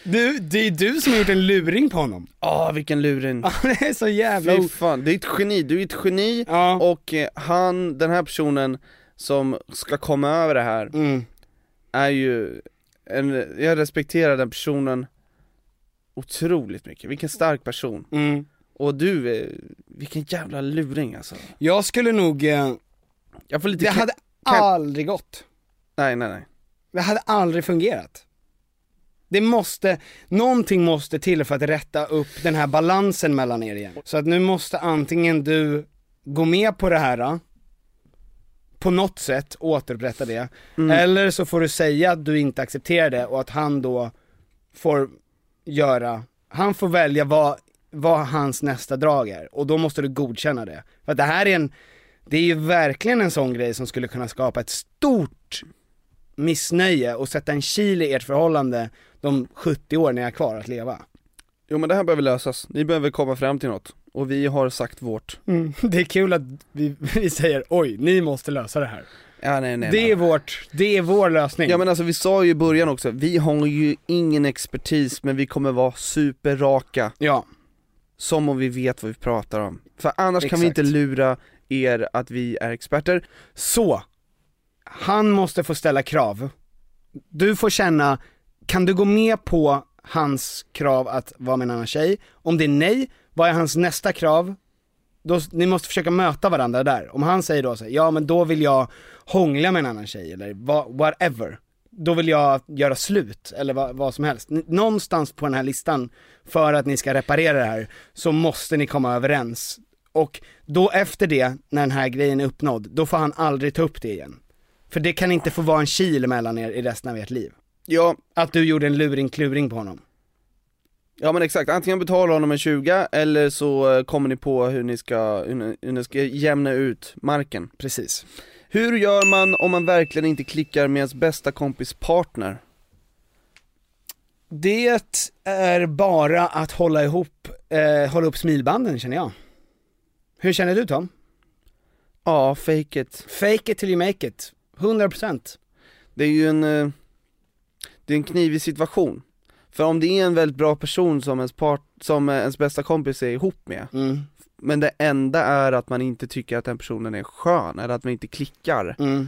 Speaker 1: Du, det är du som har gjort en luring på honom.
Speaker 2: Åh vilken luring.
Speaker 1: Ja, det är så jävla
Speaker 2: Fy
Speaker 1: o-
Speaker 2: fan, det är ett geni, du är ett geni
Speaker 1: Ja.
Speaker 2: och eh, han, den här personen som ska komma över det här
Speaker 1: mm.
Speaker 2: är ju en, jag respekterar den personen otroligt mycket, vilken stark person.
Speaker 1: Mm.
Speaker 2: Och du, eh, vilken jävla luring alltså.
Speaker 1: Jag skulle nog, eh,
Speaker 2: Jag får lite
Speaker 1: det
Speaker 2: knä-
Speaker 1: hade
Speaker 2: kan-
Speaker 1: aldrig gått.
Speaker 2: Nej nej nej.
Speaker 1: Det hade aldrig fungerat. Det måste, någonting måste till för att rätta upp den här balansen mellan er igen. Så att nu måste antingen du gå med på det här, på något sätt återupprätta det, eller så får du säga att du inte accepterar det och att han då får göra, han får välja vad, vad hans nästa drag är och då måste du godkänna det. För att det här är en, det är ju verkligen en sån grej som skulle kunna skapa ett stort missnöje och sätta en kil i ert förhållande de 70 år ni har kvar att leva.
Speaker 2: Jo men det här behöver lösas, ni behöver komma fram till något. Och vi har sagt vårt.
Speaker 1: Det är kul att vi, vi säger oj, ni måste lösa det här.
Speaker 2: Ja nej nej.
Speaker 1: Det
Speaker 2: nej.
Speaker 1: är vårt, det är vår lösning.
Speaker 2: Ja men alltså vi sa ju i början också, vi har ju ingen expertis men vi kommer vara superraka
Speaker 1: ja.
Speaker 2: som om vi vet vad vi pratar om. För annars kan vi
Speaker 1: Exakt.
Speaker 2: inte lura er att vi är experter.
Speaker 1: Så, han måste få ställa krav. Du får känna, kan du gå med på hans krav att vara med en annan tjej? Om det är nej, vad är hans nästa krav? Då, ni måste försöka möta varandra där. Om han säger då så här, ja men då vill jag hångla med en annan tjej eller vad- whatever. då vill jag göra slut, eller vad, vad som helst. N- Någonstans på den här listan, för att ni ska reparera det här, så måste ni komma överens. Och då efter det, när den här grejen är uppnådd, då får han aldrig ta upp det igen. För det kan inte få vara en kil mellan er i resten av ert liv.
Speaker 2: Ja,
Speaker 1: Att du gjorde en luring-kluring på honom.
Speaker 2: ja men exakt, antingen betalar honom en 20 eller så eh, kommer ni på hur ni ska, hur ni, hur ni ska jämna ut marken.
Speaker 1: Precis.
Speaker 2: Hur gör man om man verkligen inte klickar med ens bästa kompis partner?
Speaker 1: Det är bara att hålla ihop, eh, hålla upp smilbanden känner jag. Hur känner du Tom?
Speaker 2: Ja, fake it.
Speaker 1: Fake it till you make it. 100%.
Speaker 2: Det är ju en, eh, det är en knivig situation. För om det är en väldigt bra person som ens, part, som eh, ens bästa kompis är ihop med,
Speaker 1: Mm,
Speaker 2: men det enda är att man inte tycker att den personen är skön, eller att man inte klickar.
Speaker 1: mm.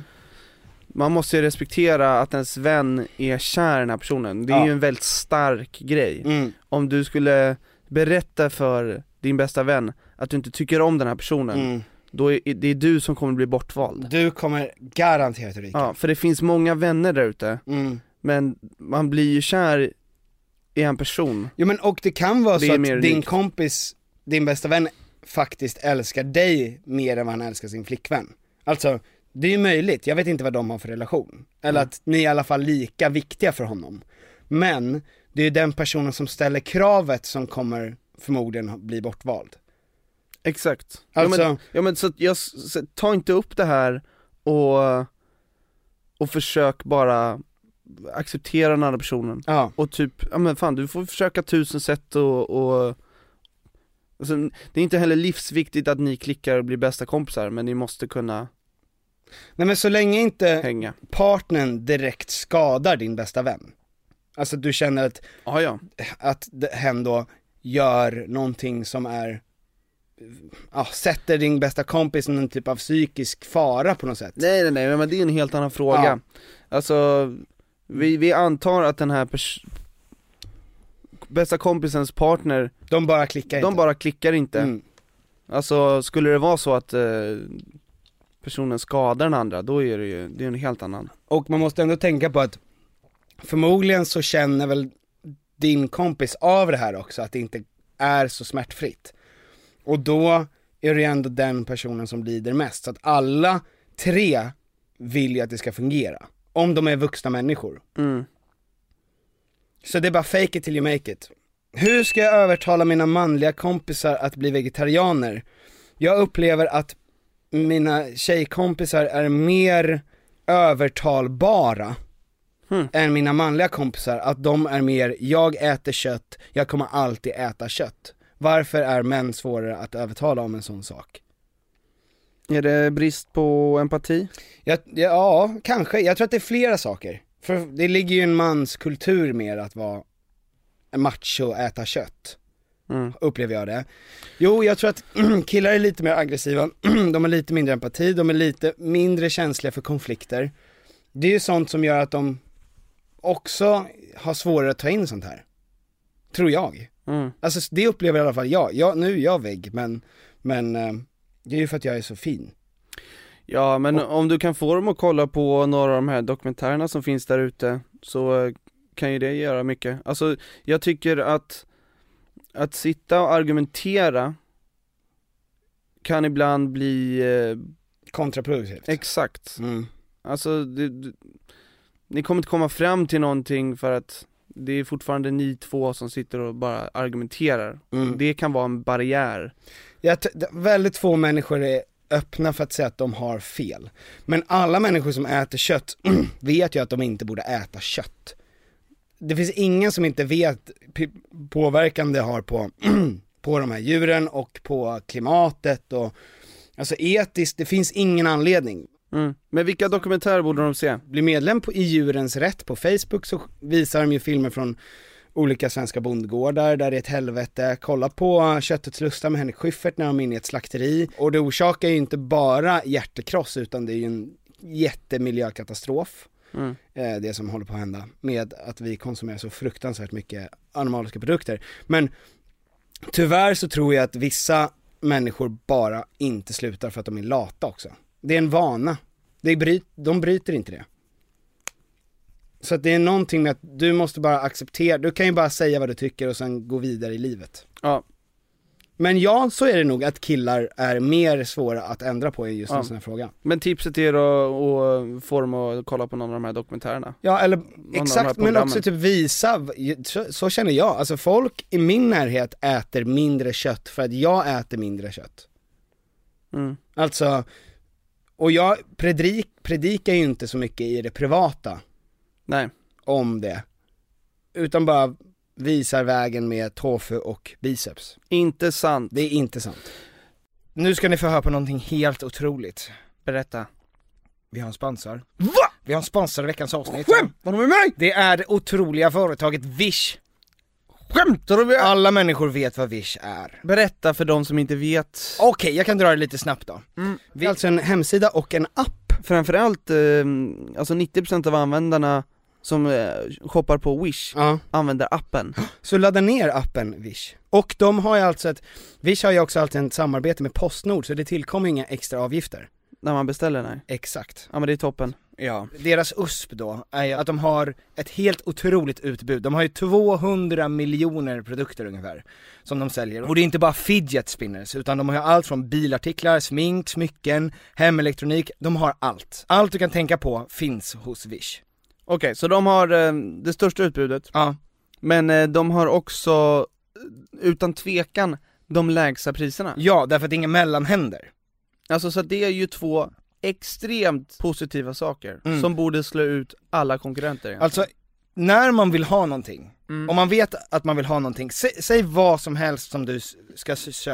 Speaker 2: Man måste ju respektera att ens vän är kär i den här personen, det är
Speaker 1: Ja.
Speaker 2: ju en väldigt stark grej.
Speaker 1: Mm.
Speaker 2: Om du skulle berätta för din bästa vän att du inte tycker om den här personen,
Speaker 1: Mm.
Speaker 2: då är det är du som kommer bli bortvald.
Speaker 1: Du kommer garanterat ryka.
Speaker 2: Ja, för det finns många vänner där ute,
Speaker 1: Mm.
Speaker 2: men man blir ju kär i en person.
Speaker 1: Jo men och det kan vara
Speaker 2: Det
Speaker 1: så
Speaker 2: är
Speaker 1: att
Speaker 2: mer
Speaker 1: din
Speaker 2: unikt.
Speaker 1: kompis, din bästa vän faktiskt älskar dig mer än vad han älskar sin flickvän. Alltså, det är ju möjligt, jag vet inte vad de har för relation. Eller
Speaker 2: Mm.
Speaker 1: att ni är i alla fall lika viktiga för honom. Men, det är ju den personen som ställer kravet som kommer förmodligen bli bortvald.
Speaker 2: Exakt. ja, men,
Speaker 1: Alltså-
Speaker 2: ja, men så, att jag, s- så, ta inte upp det här och, och försök bara acceptera den andra personen.
Speaker 1: Ja.
Speaker 2: Och typ, ja men fan du får försöka tusen sätt och, och alltså, det är inte heller livsviktigt att ni klickar och blir bästa kompisar, men ni måste kunna
Speaker 1: Nej men så länge inte
Speaker 2: hänga.
Speaker 1: partnern direkt skadar din bästa vän. Alltså du känner att
Speaker 2: Ja, ja.
Speaker 1: att d- hen då gör någonting som är, ja, sätter din bästa kompis i någon typ av psykisk fara på något sätt.
Speaker 2: Nej nej nej, men det är en helt annan fråga.
Speaker 1: Ja.
Speaker 2: Alltså, vi, vi antar att den här pers- bästa kompisens partner,
Speaker 1: De bara klickar
Speaker 2: de
Speaker 1: inte.
Speaker 2: bara klickar inte.
Speaker 1: Mm.
Speaker 2: Alltså skulle det vara så att eh, personen skadar den andra, då är det ju, det är en helt annan.
Speaker 1: Och man måste ändå tänka på att förmodligen så känner väl din kompis av det här också, att det inte är så smärtfritt. Och då är det ju ändå den personen som lider mest, så att alla tre vill ju att det ska fungera. Om de är vuxna människor.
Speaker 2: Mm.
Speaker 1: Så det är bara fake it till you make it. Hur ska jag övertala mina manliga kompisar att bli vegetarianer? Jag upplever att mina tjejkompisar är mer övertalbara än mina manliga kompisar, att de är mer, jag äter kött, jag kommer alltid äta kött. Varför är män svårare att övertala om en sån sak?
Speaker 2: Är det brist på empati?
Speaker 1: Ja, ja, kanske. Jag tror att det är flera saker. För det ligger ju i en mans kultur mer att vara en macho och äta kött.
Speaker 2: Mm.
Speaker 1: Upplever jag det. Jo, jag tror att killar är lite mer aggressiva, de har lite mindre empati, de är lite mindre känsliga för konflikter. Det är ju sånt som gör att de också har svårare att ta in sånt här. Tror jag.
Speaker 2: Mm.
Speaker 1: Alltså det upplever i alla fall jag. jag nu är jag vägg, men, men eh, det är ju för att jag är så fin.
Speaker 2: Ja men om du kan få dem att kolla på några av de här dokumentärerna som finns där ute så eh, kan ju det göra mycket. Alltså jag tycker att, att sitta och argumentera kan ibland bli, eh,
Speaker 1: Kontraproduktivt.
Speaker 2: exakt,
Speaker 1: Mm.
Speaker 2: alltså det, du, ni kommer inte komma fram till någonting för att det är fortfarande ni två som sitter och bara argumenterar.
Speaker 1: Mm.
Speaker 2: Det kan vara en barriär.
Speaker 1: Jag t- d- väldigt få människor är öppna för att säga att de har fel. Men alla människor som äter kött vet ju att de inte borde äta kött. Det finns ingen som inte vet p- påverkan det har på, på de här djuren och på klimatet och Alltså etiskt, det finns ingen anledning.
Speaker 2: Mm. Men vilka dokumentärer borde de se?
Speaker 1: Bli medlem på, i Djurens Rätt på Facebook så visar de ju filmer från olika svenska bondgårdar där det är ett helvete. Kolla på Köttets lusta med Henrik Schyffert när de är inne i ett slakteri. Och det orsakar ju inte bara hjärtekross utan det är ju en jättemiljökatastrof.
Speaker 2: Mm.
Speaker 1: eh, Det som håller på att hända med att vi konsumerar så fruktansvärt mycket animaliska produkter. Men tyvärr så tror jag att vissa människor bara inte slutar för att de är lata också. Det är en vana. Det bryt, de bryter inte det. Så att det är någonting med att du måste bara acceptera, du kan ju bara säga vad du tycker och sen gå vidare i livet.
Speaker 2: Ja,
Speaker 1: Men ja, så är det nog att killar är mer svåra att ändra på i just en
Speaker 2: Ja.
Speaker 1: sån här fråga.
Speaker 2: men tipset är då att form och kolla på någon av de här dokumentärerna.
Speaker 1: Ja eller
Speaker 2: de här
Speaker 1: exakt, men
Speaker 2: programmen.
Speaker 1: också typ visa, v- så, så känner jag, alltså folk i min närhet äter mindre kött för att jag äter mindre kött.
Speaker 2: Mm.
Speaker 1: Alltså, och jag predik, predikar ju inte så mycket i det privata
Speaker 2: Nej,
Speaker 1: om det, utan bara visar vägen med tofu och biceps.
Speaker 2: inte sant.
Speaker 1: Det är inte sant. Nu ska ni få höra på någonting helt otroligt.
Speaker 2: Berätta.
Speaker 1: Vi har en sponsor.
Speaker 2: Va?
Speaker 1: Vi har en sponsor i veckans avsnitt.
Speaker 2: Skämtar du med mig?
Speaker 1: Det är det otroliga företaget Wish.
Speaker 2: Skämtar du med mig?
Speaker 1: Alla människor vet vad Wish är.
Speaker 2: Berätta för de som inte vet.
Speaker 1: Okej, jag kan dra det lite snabbt då. Det är alltså en hemsida och en app.
Speaker 2: Framförallt, eh, alltså 90% av användarna som eh, shoppar på Wish
Speaker 1: Ja.
Speaker 2: använder appen.
Speaker 1: Så ladda ner appen Wish. Och de har ju alltså ett, Wish har ju också alltid ett samarbete med Postnord så det tillkommer inga extra avgifter.
Speaker 2: När man beställer, nej.
Speaker 1: Exakt.
Speaker 2: Ja men det är toppen.
Speaker 1: Ja. Deras USP då, är ju att de har ett helt otroligt utbud. De har ju 200 miljoner produkter ungefär, som de säljer. Och det är inte bara fidget spinners, utan de har ju allt från bilartiklar, smink, smycken, hemelektronik. De har allt. Allt du kan tänka på finns hos Wish.
Speaker 2: Okej, så de har eh, det största utbudet,
Speaker 1: Ja,
Speaker 2: men eh, de har också eh, utan tvekan de lägsta priserna.
Speaker 1: ja därför att det är inga mellanhänder.
Speaker 2: Alltså så att det är ju två extremt positiva saker
Speaker 1: Mm.
Speaker 2: som borde slå ut alla konkurrenter egentligen.
Speaker 1: Alltså, när man vill ha någonting,
Speaker 2: Mm.
Speaker 1: om man vet att man vill ha någonting, sä säg vad som helst som du s- ska s- köpa.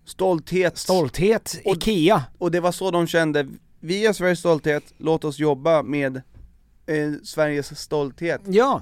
Speaker 2: Stolthet.
Speaker 4: stolthet, IKEA.
Speaker 2: Och det var så de kände, vi är Sveriges stolthet, låt oss jobba med eh, Sveriges stolthet.
Speaker 4: Ja,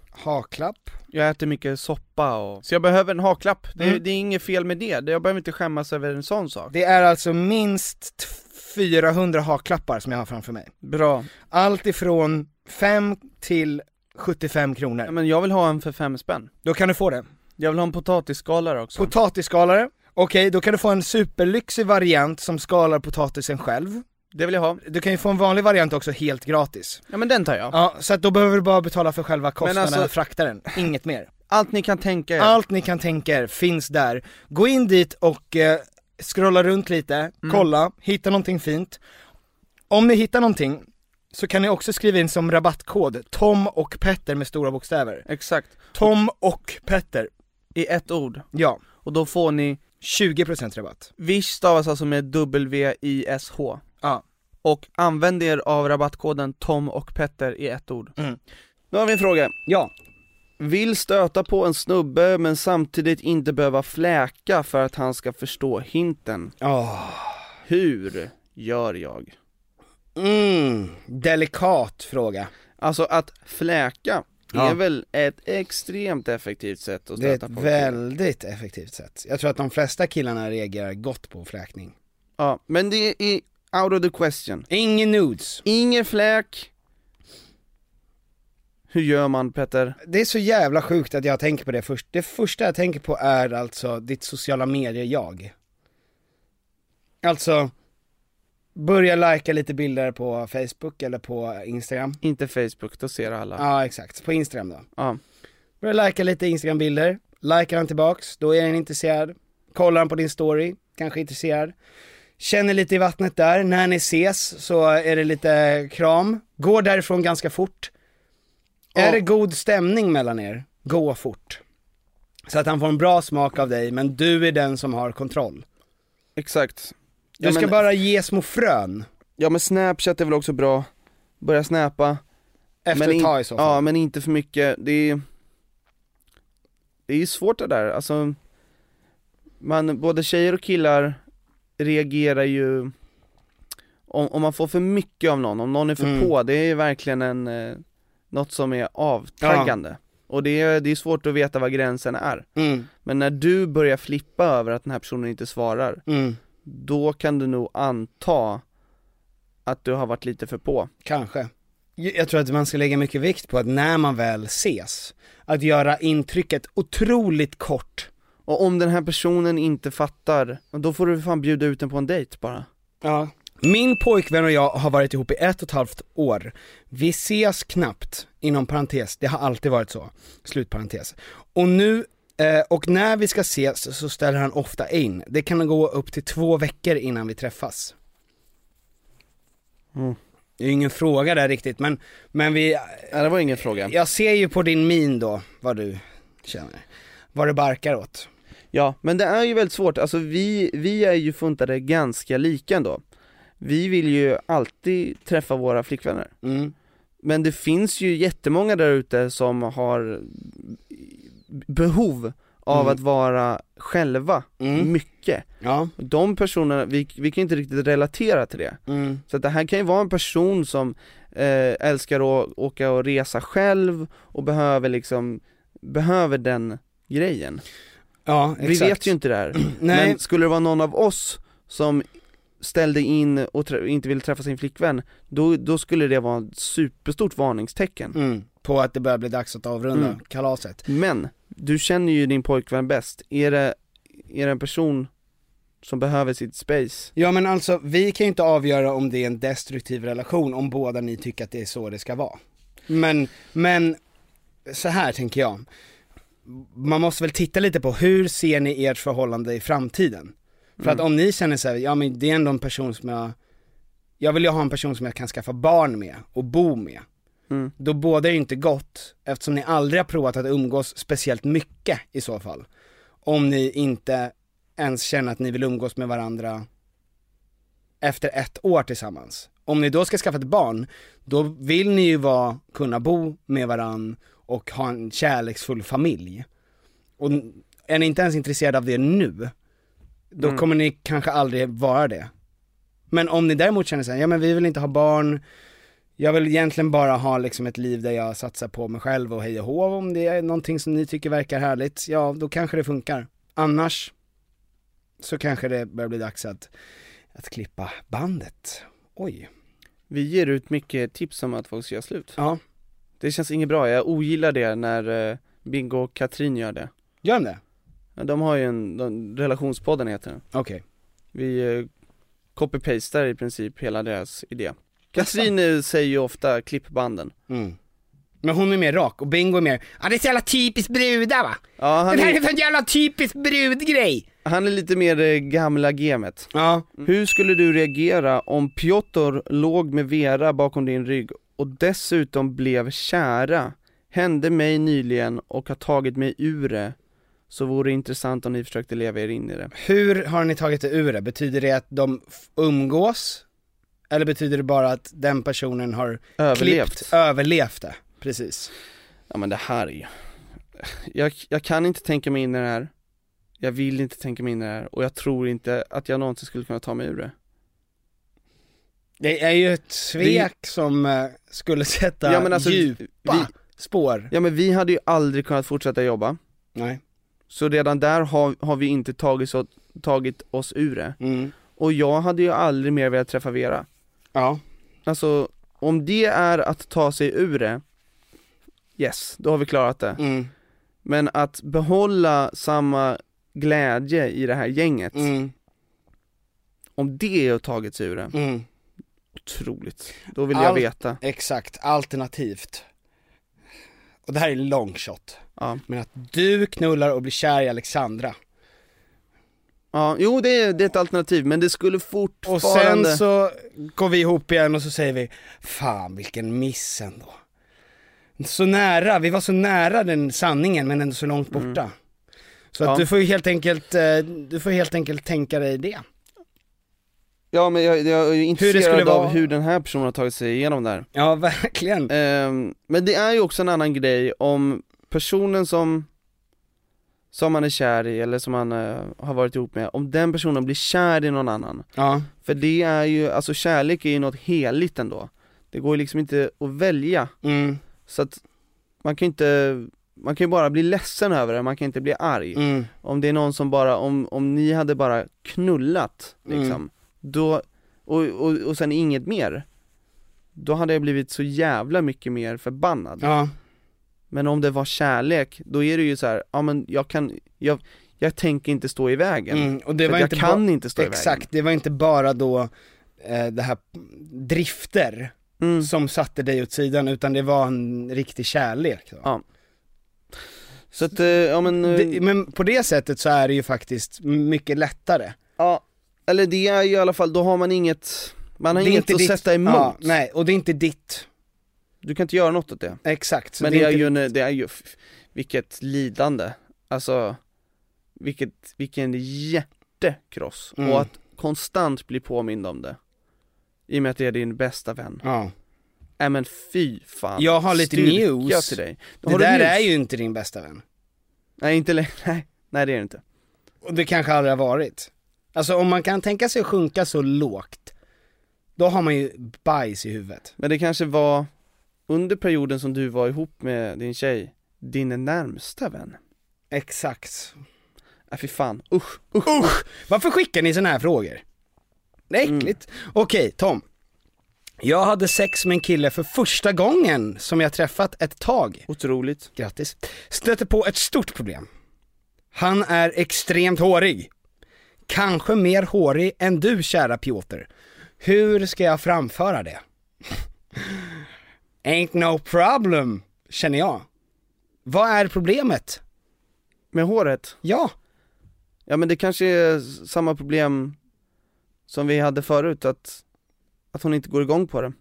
Speaker 1: Haklapp.
Speaker 2: Jag äter mycket soppa och, så jag behöver en haklapp, det,
Speaker 1: Mm.
Speaker 2: det är inget fel med det, Det- jag behöver inte skämmas över en sån sak
Speaker 1: Det är alltså minst t- 400 haklappar som jag har framför mig.
Speaker 2: Bra,
Speaker 1: Allt ifrån 5 till 75 kronor.
Speaker 2: ja, men jag vill ha en för fem spänn
Speaker 1: Då kan du få det.
Speaker 2: Jag vill ha en potatisskalare också
Speaker 1: Potatisskalare. Okej, då kan du få en superlyxig variant som skalar potatisen själv.
Speaker 2: Det vill jag ha,
Speaker 1: Du kan ju få en vanlig variant också helt gratis.
Speaker 2: ja men den tar jag
Speaker 1: Ja, så att då behöver du bara betala för själva kostnaden
Speaker 2: alltså-
Speaker 1: att frakta den, inget mer.
Speaker 2: Allt ni kan tänka er,
Speaker 1: Allt ni kan tänka er finns där. Gå in dit och eh, scrolla runt lite,
Speaker 2: Mm.
Speaker 1: kolla, hitta någonting fint. Om ni hittar någonting så kan ni också skriva in som rabattkod Tom och Petter med stora bokstäver.
Speaker 2: exakt,
Speaker 1: Tom och Petter,
Speaker 2: i ett ord,
Speaker 1: ja.
Speaker 2: och då får ni
Speaker 1: 20% rabatt.
Speaker 2: Wish stavas alltså med W-I-S-H
Speaker 1: Ja.
Speaker 2: Och använd er av rabattkoden Tom och Petter i ett ord
Speaker 1: Mm.
Speaker 2: Nu har vi en fråga
Speaker 1: Ja.
Speaker 2: Vill stöta på en snubbe men samtidigt inte behöva fläka för att han ska förstå hinten Hur gör jag?
Speaker 1: Mm, delikat fråga.
Speaker 2: Alltså att fläka
Speaker 1: Ja.
Speaker 2: är väl ett extremt effektivt sätt att
Speaker 1: Det är ett
Speaker 2: stöta på
Speaker 1: väldigt effektivt sätt. Jag tror att de flesta killarna reagerar gott på fläkning.
Speaker 2: Ja, men det är out of the question
Speaker 1: Ingen nudes.
Speaker 2: Ingen fläk Hur gör man Petter?
Speaker 1: Det är så jävla sjukt att jag tänker på det först. Det första jag tänker på är alltså ditt sociala medier-jag. Alltså, börja lajka lite bilder på Facebook eller på Instagram.
Speaker 2: Inte Facebook, då ser alla
Speaker 1: Ja, exakt. På Instagram då.
Speaker 2: Ja.
Speaker 1: Börja lajka lite Instagram-bilder, likar han tillbaks, då är han intresserad. Kollar han på din story, kanske intresserad. Känner lite i vattnet där, när ni ses så är det lite kram. Går därifrån ganska fort. Är det god stämning mellan er, gå fort. Så att han får en bra smak av dig, men du är den som har kontroll.
Speaker 2: Exakt
Speaker 1: Du
Speaker 2: ja,
Speaker 1: ska
Speaker 2: men,
Speaker 1: bara ge små frön
Speaker 2: ja men snapchat är väl också bra, börja snappa
Speaker 1: efter
Speaker 2: men
Speaker 1: ett
Speaker 2: in-
Speaker 1: tag i så
Speaker 2: Ja
Speaker 1: fall.
Speaker 2: men inte för mycket, det är Det är ju svårt det där, alltså man, både tjejer och killar reagerar ju om, om man får för mycket av någon, om någon är för
Speaker 1: Mm.
Speaker 2: på, det är ju verkligen en, eh, något som är avtaggande Och det är, det är svårt att veta vad gränsen är,
Speaker 1: Mm,
Speaker 2: men när du börjar flippa över att den här personen inte svarar
Speaker 1: mm,
Speaker 2: då kan du nog anta att du har varit lite för på.
Speaker 1: kanske. Jag tror att man ska lägga mycket vikt på att när man väl ses, att göra intrycket otroligt kort.
Speaker 2: Och om den här personen inte fattar, då får du fan bjuda ut den på en dejt bara.
Speaker 1: Ja. Min pojkvän och jag har varit ihop i ett och ett halvt år. Vi ses knappt, inom parentes, det har alltid varit så. Slutparentes. Och nu, eh, och när vi ska ses så ställer han ofta in. Det kan gå upp till två veckor innan vi träffas.
Speaker 2: Mm.
Speaker 1: Det är ju ingen fråga där riktigt men, men vi,
Speaker 2: Nej det var ingen fråga. Ja,
Speaker 1: jag ser ju på din min då, vad du känner. Vad du barkar åt.
Speaker 2: men det är ju väldigt svårt, alltså vi, vi är ju funtade ganska lika ändå. Vi vill ju alltid träffa våra flickvänner.
Speaker 1: Mm.
Speaker 2: Men det finns ju jättemånga där ute som har behov av
Speaker 1: Mm.
Speaker 2: att vara själva,
Speaker 1: Mm.
Speaker 2: mycket.
Speaker 1: Ja.
Speaker 2: De personerna, vi, vi kan inte riktigt relatera till det.
Speaker 1: Mm.
Speaker 2: Så att det här kan ju vara en person som eh, älskar att åka och resa själv och behöver liksom, behöver den grejen.
Speaker 1: Ja, exakt.
Speaker 2: Vi vet ju inte det här,
Speaker 1: Nej.
Speaker 2: men skulle det vara någon av oss som ställde in och trä- inte ville träffa sin flickvän, då, då skulle det vara ett superstort varningstecken.
Speaker 1: Mm, på att det börjar bli dags att avrunda
Speaker 2: Mm.
Speaker 1: kalaset.
Speaker 2: Men, du känner ju din pojkvän bäst, är det, är det en person som behöver sitt space?
Speaker 1: Ja men alltså, vi kan ju inte avgöra om det är en destruktiv relation om båda ni tycker att det är så det ska vara. Men, men, så här tänker jag. Man måste väl titta lite på hur ser ni ert förhållande i framtiden? För att om ni känner så här, ja men det är ändå en person som jag, jag vill ju ha en person som jag kan skaffa barn med och bo med.
Speaker 2: Mm.
Speaker 1: Då båda är ju inte gott, eftersom ni aldrig har provat att umgås speciellt mycket i så fall. Om ni inte ens känner att ni vill umgås med varandra efter ett år tillsammans. Om ni då ska skaffa ett barn, då vill ni ju vara, kunna bo med varann och ha en kärleksfull familj. Och n- är ni inte ens intresserade av det nu, då
Speaker 2: Mm.
Speaker 1: kommer ni kanske aldrig vara det. Men om ni däremot känner såhär, ja men vi vill inte ha barn, Jag vill egentligen bara ha liksom ett liv där jag satsar på mig själv och hej och hå. Om det är någonting som ni tycker verkar härligt, ja då kanske det funkar. Annars så kanske det börjar bli dags att, att klippa bandet. Oj.
Speaker 2: Vi ger ut mycket tips om att folk ska göra slut.
Speaker 1: Ja,
Speaker 2: Det känns inget bra, jag ogillar det när eh, Bingo och Katrin gör det.
Speaker 1: gör de det?
Speaker 2: Ja, De har ju en, de, relationspodden heter den.
Speaker 1: Okej.
Speaker 2: Vi eh, copy-pastar i princip hela deras idé. Katrin eh, säger ju ofta klipp banden.
Speaker 1: Mm. Men hon är mer rak och Bingo är mer, ja det är så jävla typiskt brudar va?
Speaker 2: Ja, han
Speaker 1: det här är
Speaker 2: är,
Speaker 1: för en jävla typisk brudgrej!
Speaker 2: han är lite mer eh, gamla gemet.
Speaker 1: Ja.
Speaker 2: Hur skulle du reagera om Piotr låg med Vera bakom din rygg och dessutom blev kära? Hände mig nyligen och har tagit mig ur det, så vore det intressant om ni försökte leva er in i det.
Speaker 1: Hur har ni tagit det ur det? Betyder det att de f- umgås? Eller betyder det bara att den personen har
Speaker 2: Överlevt.
Speaker 1: klippt, överlevt det? Precis.
Speaker 2: Ja men det här är ju... Jag, jag kan inte tänka mig in i det här, jag vill inte tänka mig in i det här och jag tror inte att jag någonsin skulle kunna ta mig ur det.
Speaker 1: Det är ju ett svek som eh, skulle sätta
Speaker 2: Ja, men alltså,
Speaker 1: djupa
Speaker 2: vi-
Speaker 1: spår.
Speaker 2: Ja men vi hade ju aldrig kunnat fortsätta jobba,
Speaker 1: Nej.
Speaker 2: så redan där har, har vi inte tagit, så, tagit oss ur det.
Speaker 1: Mm.
Speaker 2: Och jag hade ju aldrig mer velat träffa Vera.
Speaker 1: Ja.
Speaker 2: Alltså, om det är att ta sig ur det, yes, då har vi klarat det.
Speaker 1: Mm.
Speaker 2: Men att behålla samma glädje i det här gänget,
Speaker 1: Mm.
Speaker 2: om det är att tagit sig ur det,
Speaker 1: Mm.
Speaker 2: otroligt. Då vill jag
Speaker 1: Allt-
Speaker 2: veta.
Speaker 1: Exakt, alternativt. Och det här är long shot.
Speaker 2: Ja.
Speaker 1: Men att du knullar och blir kär i Alexandra.
Speaker 2: ja, jo det är, det är ett alternativ, men det skulle
Speaker 1: Och
Speaker 2: fortfarande...
Speaker 1: sen så går vi ihop igen och så säger vi, fan vilken miss ändå. Så nära, vi var så nära den sanningen men ändå så långt borta. Så att
Speaker 2: Mm. Ja.
Speaker 1: du får ju helt enkelt, eh, du får helt enkelt tänka dig det.
Speaker 2: Ja men jag, jag är ju intresserad
Speaker 1: skulle
Speaker 2: av
Speaker 1: vara-
Speaker 2: hur den här personen har tagit sig igenom där.
Speaker 1: Ja verkligen.
Speaker 2: Ehm, men det är ju också en annan grej om personen som som man är kär i eller som man eh, har varit ihop med, om den personen blir kär i någon annan.
Speaker 1: Ja,
Speaker 2: För det är ju, alltså kärlek är ju något heligt ändå. Det går ju liksom inte att välja.
Speaker 1: mm,
Speaker 2: Så att man kan ju inte, man kan ju bara bli ledsen över det, man kan inte bli arg.
Speaker 1: mm,
Speaker 2: Om det är någon som bara, om, om ni hade bara knullat
Speaker 1: Mm.
Speaker 2: liksom, då, och, och, och sen inget mer. Då hade jag blivit så jävla mycket mer förbannad.
Speaker 1: ja,
Speaker 2: Men om det var kärlek, då är det ju så här, ja men jag kan, jag, jag tänker inte stå i vägen.
Speaker 1: mm. Och det
Speaker 2: För
Speaker 1: var
Speaker 2: att
Speaker 1: inte
Speaker 2: jag
Speaker 1: ba-
Speaker 2: kan inte stå i vägen.
Speaker 1: Exakt, det var inte bara då eh, det här drifter
Speaker 2: Mm.
Speaker 1: som satte dig åt sidan utan det var en riktig kärlek. Då.
Speaker 2: Ja. Så att, eh, ja men, eh,
Speaker 1: Det, men på det sättet så är det ju faktiskt mycket lättare.
Speaker 2: ja, eller det är ju i alla fall, då har man inget, man har
Speaker 1: Det är
Speaker 2: inget att sätta emot.
Speaker 1: Ja, nej, och det är inte ditt.
Speaker 2: Du kan inte göra något åt det.
Speaker 1: Exakt. så
Speaker 2: men det, är
Speaker 1: inte,
Speaker 2: ju, en, det är ju, f- vilket lidande, alltså, vilket, vilken jättekross.
Speaker 1: Mm.
Speaker 2: Och att konstant bli påmind om det. I och med att det är din bästa vän.
Speaker 1: Ja.
Speaker 2: Nej men fy fan.
Speaker 1: Jag har lite
Speaker 2: Styrka
Speaker 1: news.
Speaker 2: till dig.
Speaker 1: Det
Speaker 2: Har du
Speaker 1: där
Speaker 2: news?
Speaker 1: är ju inte din bästa vän.
Speaker 2: Nej inte längre, nej, nej det är det inte.
Speaker 1: Och det kanske aldrig har varit. Alltså om man kan tänka sig att sjunka så lågt, då har man ju bajs i huvudet.
Speaker 2: Men det kanske var under perioden som du var ihop med din tjej, din närmsta vän.
Speaker 1: Exakt.
Speaker 2: Nej fy fan, usch, usch.
Speaker 1: Usch! Varför skickar ni såna här frågor? Det är äckligt. Okej, Tom. Jag hade sex med en kille för första gången som jag träffat ett tag.
Speaker 2: Otroligt.
Speaker 1: grattis, stöter på ett stort problem. Han är extremt hårig. Kanske mer hårig än du kära Piotr. Hur ska jag framföra det? Ain't no problem, känner jag. Vad är problemet?
Speaker 2: Med håret?
Speaker 1: Ja,
Speaker 2: Ja men det kanske är s- samma problem som vi hade förut, att, att hon inte går igång på det.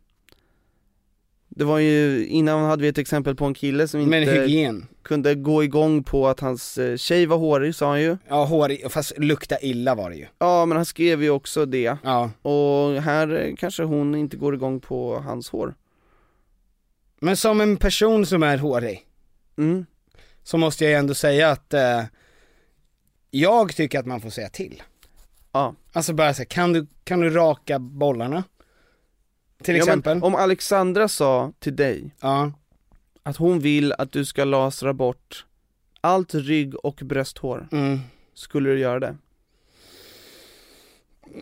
Speaker 2: Det var ju, innan hade vi ett exempel på en kille som
Speaker 1: men
Speaker 2: inte
Speaker 1: hygien.
Speaker 2: kunde gå igång på att hans eh, tjej var hårig sa han ju.
Speaker 1: Ja, hårig, fast lukta illa var det ju.
Speaker 2: Ja men han skrev ju också det.
Speaker 1: Ja,
Speaker 2: Och här eh, kanske hon inte går igång på hans hår.
Speaker 1: men som en person som är hårig
Speaker 2: Mm.
Speaker 1: så måste jag ändå säga att eh, jag tycker att man får säga till.
Speaker 2: Ja.
Speaker 1: Alltså bara så här, kan du, kan du raka bollarna? Till
Speaker 2: Ja, men
Speaker 1: exempel?
Speaker 2: om Alexandra sa till dig
Speaker 1: Ja.
Speaker 2: att hon vill att du ska lasra bort allt rygg och brösthår,
Speaker 1: Mm.
Speaker 2: skulle du göra det?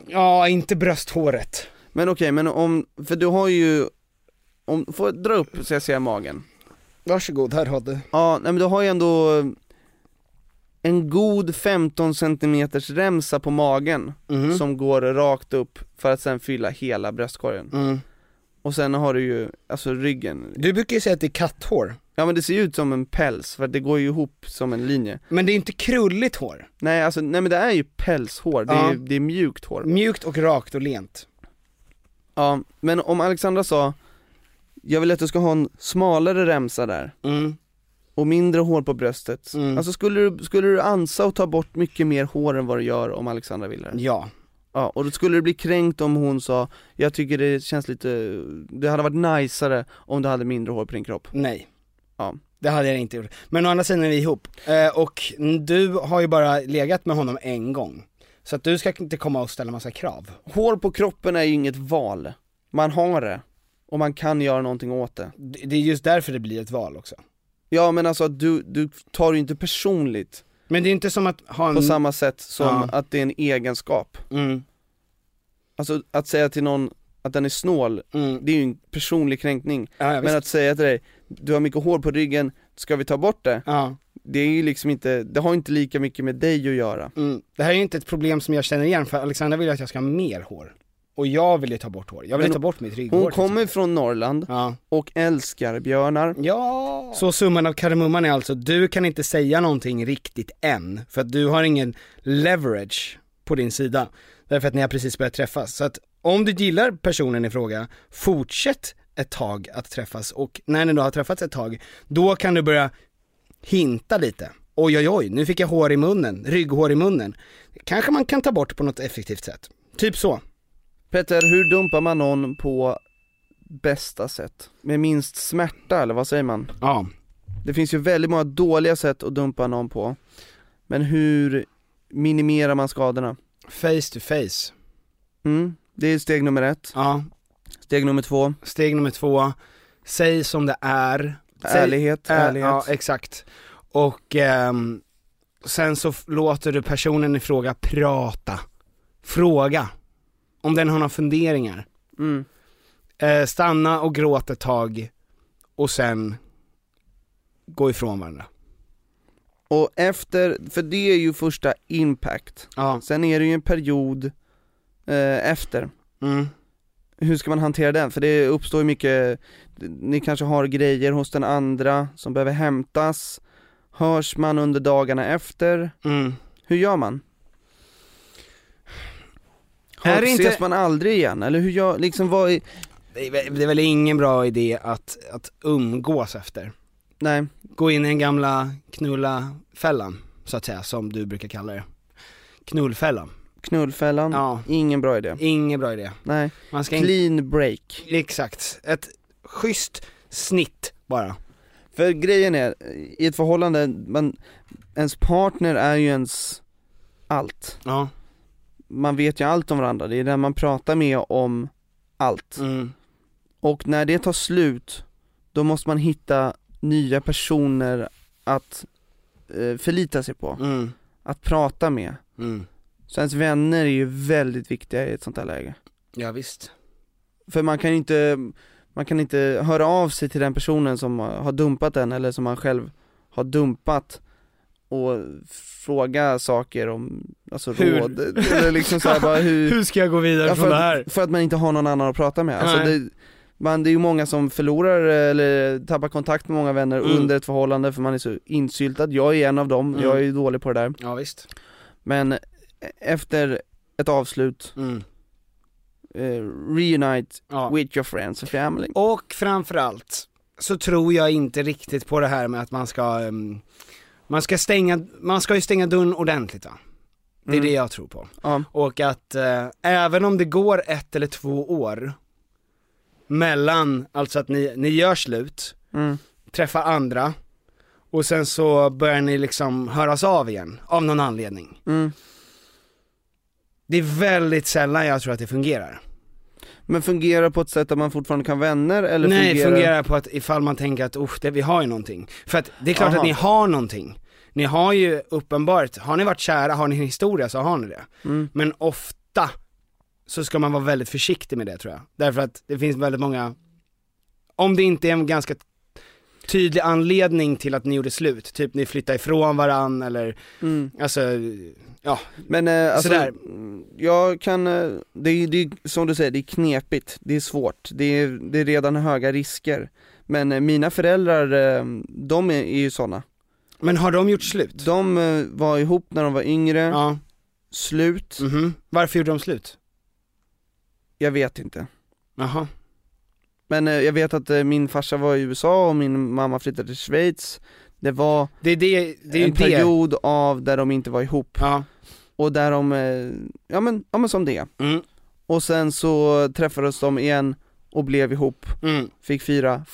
Speaker 1: Ja, inte brösthåret.
Speaker 2: Men okej, men om, för du har ju, om, får jag dra upp så jag ser magen?
Speaker 1: Varsågod, här har du.
Speaker 2: Ja, nej men du har ju ändå en god 15 cm remsa på magen
Speaker 1: Mm.
Speaker 2: som går rakt upp för att sen fylla hela bröstkorgen.
Speaker 1: Mm.
Speaker 2: Och sen har du ju, alltså ryggen,
Speaker 1: Du brukar ju säga att det är katthår,
Speaker 2: ja men det ser ju ut som en päls för att det går ju ihop som en linje.
Speaker 1: men det är inte krulligt hår.
Speaker 2: Nej alltså, nej men det är ju pälshår, det
Speaker 1: Ja.
Speaker 2: är, ju- det är mjukt hår.
Speaker 1: Mjukt och rakt och lent.
Speaker 2: Ja, men om Alexandra sa, jag vill att du ska ha en smalare remsa där
Speaker 1: Mm.
Speaker 2: och mindre hår på bröstet.
Speaker 1: Mm.
Speaker 2: Alltså skulle du, skulle du ansa och ta bort mycket mer hår än vad du gör om Alexandra vill det?
Speaker 1: Ja.
Speaker 2: Ja, och då skulle du bli kränkt om hon sa, jag tycker det känns lite, det hade varit najsare om du hade mindre hår på din kropp.
Speaker 1: Nej.
Speaker 2: Ja.
Speaker 1: Det hade jag inte gjort. Men å andra sidan är vi ihop. Eh, och du har ju bara legat med honom en gång. Så att du ska inte komma och ställa massa krav.
Speaker 2: Hår på kroppen är ju inget val, man har det och man kan göra någonting åt det.
Speaker 1: Det det är just därför det blir ett val också.
Speaker 2: Ja men alltså att du, du tar ju inte personligt
Speaker 1: Men det är inte som att ha en...
Speaker 2: på samma sätt som
Speaker 1: Mm. Ja.
Speaker 2: att det är en egenskap.
Speaker 1: Mm,
Speaker 2: Alltså att säga till någon att den är snål,
Speaker 1: mm.
Speaker 2: det är ju en personlig kränkning.
Speaker 1: Ja, ja,
Speaker 2: Men
Speaker 1: visst.
Speaker 2: att säga till dig, du har mycket hår på ryggen, ska vi ta bort det?
Speaker 1: ja.
Speaker 2: Det är ju liksom inte, det har inte lika mycket med dig att göra.
Speaker 1: Mm. Det här är ju inte ett problem som jag känner igen för Alexandra vill ju att jag ska ha mer hår. Och jag vill ju ta bort hår. Jag vill
Speaker 2: Men
Speaker 1: ju ta bort mitt rygghår.
Speaker 2: Hon
Speaker 1: till exempel.
Speaker 2: kommer från Norrland
Speaker 1: Ja.
Speaker 2: och älskar björnar.
Speaker 1: Ja! Så summan av kardemumman är alltså, du kan inte säga någonting riktigt än, för att du har ingen leverage på din sida. Därför att ni har precis börjat träffas. Så att om du gillar personen i fråga, fortsätt ett tag att träffas och när ni då har träffats ett tag, då kan du börja hinta lite. Oj oj oj, nu fick jag hår i munnen, rygghår i munnen. Kanske man kan ta bort på något effektivt sätt. Typ så.
Speaker 2: Petter, hur dumpar man någon på bästa sätt? Med minst smärta eller vad säger man?
Speaker 1: Ja.
Speaker 2: Det finns ju väldigt många dåliga sätt att dumpa någon på. Men hur minimerar man skadorna?
Speaker 1: Face to face.
Speaker 2: Mm, det är steg nummer ett.
Speaker 1: Ja.
Speaker 2: Steg nummer två,
Speaker 1: Steg nummer två, säg som det är. Säg-
Speaker 2: ärlighet,
Speaker 1: Äh,
Speaker 2: ärlighet.
Speaker 1: Ja, exakt. Och ehm, sen så f- låter du personen i fråga prata. Fråga. Om den har några funderingar.
Speaker 2: Mm.
Speaker 1: Eh, stanna och gråt ett tag och sen gå ifrån varandra.
Speaker 2: Och efter, för det är ju första impact.
Speaker 1: Ja.
Speaker 2: Sen är det ju en period eh, efter.
Speaker 1: Mm.
Speaker 2: Hur ska man hantera den? För det uppstår ju mycket, ni kanske har grejer hos den andra som behöver hämtas. Hörs man under dagarna efter?
Speaker 1: Mm.
Speaker 2: Hur gör man?
Speaker 1: Är
Speaker 2: Hör,
Speaker 1: det inte-
Speaker 2: Ses man aldrig igen? Eller hur gör, liksom vad är,
Speaker 1: Det, är, väl- det är väl ingen bra idé att, att umgås efter.
Speaker 2: nej,
Speaker 1: Gå in i den gamla knulla-fällan, så att säga, som du brukar kalla det. Knullfällan.
Speaker 2: knullfällan,
Speaker 1: Ja.
Speaker 2: ingen bra idé.
Speaker 1: Ingen bra idé.
Speaker 2: Nej,
Speaker 1: Man ska inte
Speaker 2: clean break.
Speaker 1: Exakt, ett schysst snitt bara.
Speaker 2: För grejen är, i ett förhållande, man, ens partner är ju ens allt.
Speaker 1: Ja.
Speaker 2: Man vet ju allt om varandra, det är den man pratar med om allt.
Speaker 1: Mm.
Speaker 2: Och när det tar slut, då måste man hitta nya personer att eh, förlita sig på,
Speaker 1: Mm.
Speaker 2: att prata med.
Speaker 1: Mm.
Speaker 2: Så ens vänner är ju väldigt viktiga i ett sånt här läge.
Speaker 1: Ja, visst.
Speaker 2: För man kan ju inte, man kan inte höra av sig till den personen som har dumpat den eller som man själv har dumpat och fråga saker om, alltså
Speaker 1: Hur?
Speaker 2: råd, eller liksom så här, bara hur,
Speaker 1: ska jag gå vidare
Speaker 2: Ja, för, att, för att man inte har någon annan att prata med. Alltså
Speaker 1: Nej.
Speaker 2: det, man, det är ju många som förlorar eh, eller tappar kontakt med många vänner
Speaker 1: Mm.
Speaker 2: under ett förhållande för man är så insyltad. Jag är en av dem,
Speaker 1: Mm.
Speaker 2: jag är ju dålig på det där.
Speaker 1: Ja, visst.
Speaker 2: Men e- efter ett avslut,
Speaker 1: Mm.
Speaker 2: eh, reunite
Speaker 1: Ja.
Speaker 2: with your friends and family.
Speaker 1: Och framförallt så tror jag inte riktigt på det här med att man ska, ehm, man ska stänga, man ska ju stänga dörren ordentligt va? Det är
Speaker 2: Mm.
Speaker 1: det jag tror på.
Speaker 2: Ja.
Speaker 1: Och att eh, även om det går ett eller två år mellan, alltså att ni, ni gör slut,
Speaker 2: Mm.
Speaker 1: träffar andra och sen så börjar ni liksom höras av igen, av någon anledning.
Speaker 2: Mm.
Speaker 1: Det är väldigt sällan jag tror att det fungerar.
Speaker 2: Men fungerar på ett sätt att man fortfarande kan vara vänner eller
Speaker 1: Nej,
Speaker 2: fungerar...
Speaker 1: fungerar... på att ifall man tänker att "Usch, det, vi har ju någonting. För att det är klart
Speaker 2: Aha.
Speaker 1: att ni har någonting. Ni har ju uppenbart, har ni varit kära, har ni en historia så har ni det.
Speaker 2: Mm.
Speaker 1: Men ofta så ska man vara väldigt försiktig med det tror jag. Därför att det finns väldigt många, om det inte är en ganska tydlig anledning till att ni gjorde slut, typ ni flyttade ifrån varann eller,
Speaker 2: Mm.
Speaker 1: alltså, ja,
Speaker 2: Men eh, alltså,
Speaker 1: Sådär.
Speaker 2: jag kan, eh, det är ju, det är, som du säger, det är knepigt, det är svårt, det är, det är redan höga risker. Men eh, mina föräldrar, eh, de är, är ju sådana.
Speaker 1: men har de gjort slut?
Speaker 2: De eh, var ihop när de var yngre,
Speaker 1: Ja,
Speaker 2: slut,
Speaker 1: mhm. Varför gjorde de slut?
Speaker 2: jag vet inte.
Speaker 1: Jaha,
Speaker 2: Men eh, jag vet att eh, min farsa var i USA och min mamma flyttade till Schweiz. Det var
Speaker 1: det är det, det är
Speaker 2: en
Speaker 1: ju det.
Speaker 2: period av där de inte var ihop
Speaker 1: Ja,
Speaker 2: och där de, eh, ja men, ja men som det.
Speaker 1: mm,
Speaker 2: Och sen så träffades de igen och blev ihop,
Speaker 1: mm.
Speaker 2: fick fyra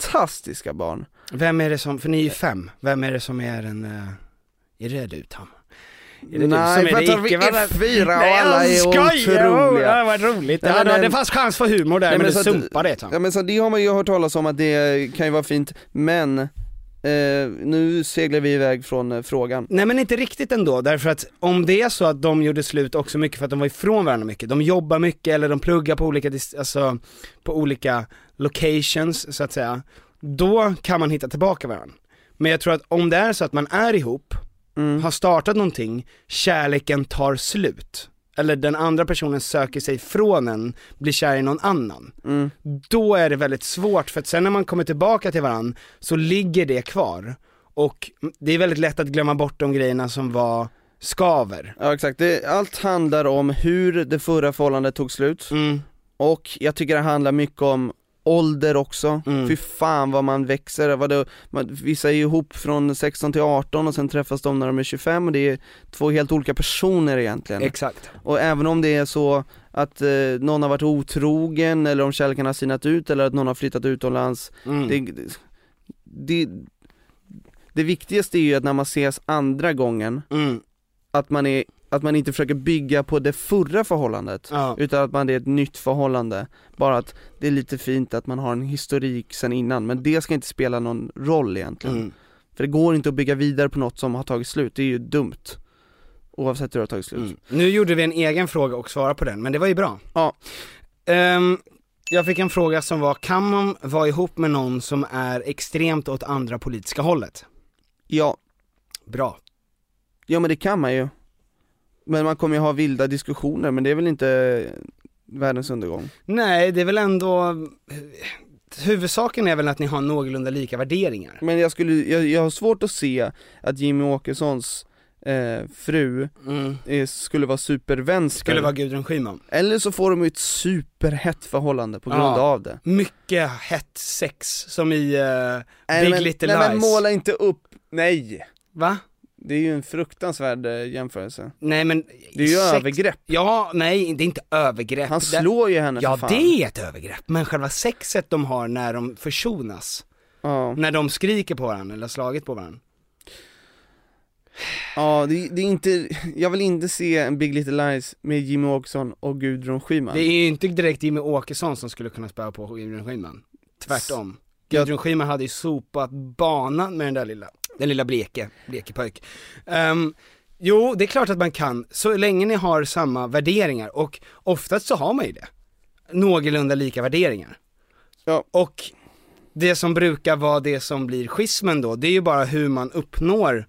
Speaker 2: fantastiska barn.
Speaker 1: Vem är det som, för ni är ju fem, vem är det som är den, eh, är det du Tam? Är det
Speaker 2: Nej,
Speaker 1: du som är
Speaker 2: vänta,
Speaker 1: det
Speaker 2: vi är
Speaker 1: icke-
Speaker 2: fyra och
Speaker 1: Nej, jag
Speaker 2: alla är
Speaker 1: skojar! Oh,
Speaker 2: otroliga.
Speaker 1: Det var roligt,
Speaker 2: Nej,
Speaker 1: det,
Speaker 2: men-
Speaker 1: hade- det fanns chans för humor där
Speaker 2: Nej,
Speaker 1: men,
Speaker 2: men
Speaker 1: du
Speaker 2: så att-
Speaker 1: sumpade det Tam.
Speaker 2: Ja men så det har man ju hört talas om att det kan ju vara fint, men eh, nu seglar vi iväg från eh, frågan.
Speaker 1: Nej men inte riktigt ändå, därför att om det är så att de gjorde slut också mycket för att de var ifrån varandra mycket, de jobbar mycket eller de pluggar på olika, dis- alltså, på olika locations så att säga, då kan man hitta tillbaka varandra. Men jag tror att om det är så att man är ihop, har startat någonting, kärleken tar slut. Eller den andra personen söker sig från en, blir kär i någon annan. Då är det väldigt svårt för att sen när man kommer tillbaka till varandra så ligger det kvar. Och det är väldigt lätt att glömma bort de grejerna som var skaver.
Speaker 2: Ja exakt, det, allt handlar om hur det förra förhållandet tog slut
Speaker 1: Mm.
Speaker 2: och jag tycker det handlar mycket om ålder också,
Speaker 1: Mm.
Speaker 2: fy fan vad man växer, vad det, man, vissa är ju ihop från 16 till 18 och sen träffas de när de är 25 och det är två helt olika personer egentligen.
Speaker 1: Exakt.
Speaker 2: Och även om det är så att eh, någon har varit otrogen eller om kärleken har sinat ut eller att någon har flyttat utomlands,
Speaker 1: Mm.
Speaker 2: det, det, det viktigaste är ju att när man ses andra gången,
Speaker 1: Mm.
Speaker 2: att man, är, att man inte försöker bygga på det förra förhållandet
Speaker 1: Ja.
Speaker 2: Utan att man det är ett nytt förhållande, bara att det är lite fint att man har en historik sen innan men det ska inte spela någon roll egentligen
Speaker 1: Mm.
Speaker 2: För det går inte att bygga vidare på något som har tagit slut, det är ju dumt Oavsett hur det har tagit slut
Speaker 1: Mm. Nu gjorde vi en egen fråga och svara på den, men det var ju bra.
Speaker 2: Ja.
Speaker 1: Ehm, jag fick en fråga som var, kan man vara ihop med någon som är extremt åt andra politiska hållet?
Speaker 2: Ja,
Speaker 1: Bra.
Speaker 2: ja men det kan man ju Men man kommer ju ha vilda diskussioner men det är väl inte världens undergång
Speaker 1: Nej, det är väl ändå, eh, huvudsaken är väl att ni har någorlunda lika värderingar.
Speaker 2: Men jag skulle, jag, jag har svårt att se att Jimmy Åkessons eh, fru eh, skulle vara supervänster
Speaker 1: Skulle vara Gudrun Schyman.
Speaker 2: Eller så får de ju ett superhett förhållande på grund
Speaker 1: Ja.
Speaker 2: av det
Speaker 1: Mycket hett sex, som i eh,
Speaker 2: Nej,
Speaker 1: Big
Speaker 2: men,
Speaker 1: Little
Speaker 2: nej,
Speaker 1: Lies.
Speaker 2: men måla inte upp, nej!
Speaker 1: Va?
Speaker 2: Det är ju en fruktansvärd eh, jämförelse
Speaker 1: Nej men...
Speaker 2: Det är ju övergrepp.
Speaker 1: Ja, nej det är inte övergrepp.
Speaker 2: Han
Speaker 1: Det-
Speaker 2: slår ju henne
Speaker 1: Ja
Speaker 2: för fan
Speaker 1: det är ett övergrepp, men själva sexet de har när de försonas,
Speaker 2: Ja,
Speaker 1: när de skriker på varandra eller har slagit på varandra.
Speaker 2: ja det, det är inte, jag vill inte se en Big Little Lies med Jimmy Åkesson och Gudrun Schyman
Speaker 1: Det är ju inte direkt Jimmy Åkesson som skulle kunna spöa på Gudrun Schyman, tvärtom. Gudrun Schyman hade ju sopat banan med den där lilla, den lilla bleke, bleke pojk. Ehm, jo, det är klart att man kan, så länge ni har samma värderingar och oftast så har man ju det. Någorlunda lika värderingar.
Speaker 2: Ja.
Speaker 1: Och det som brukar vara det som blir schismen då, det är ju bara hur man uppnår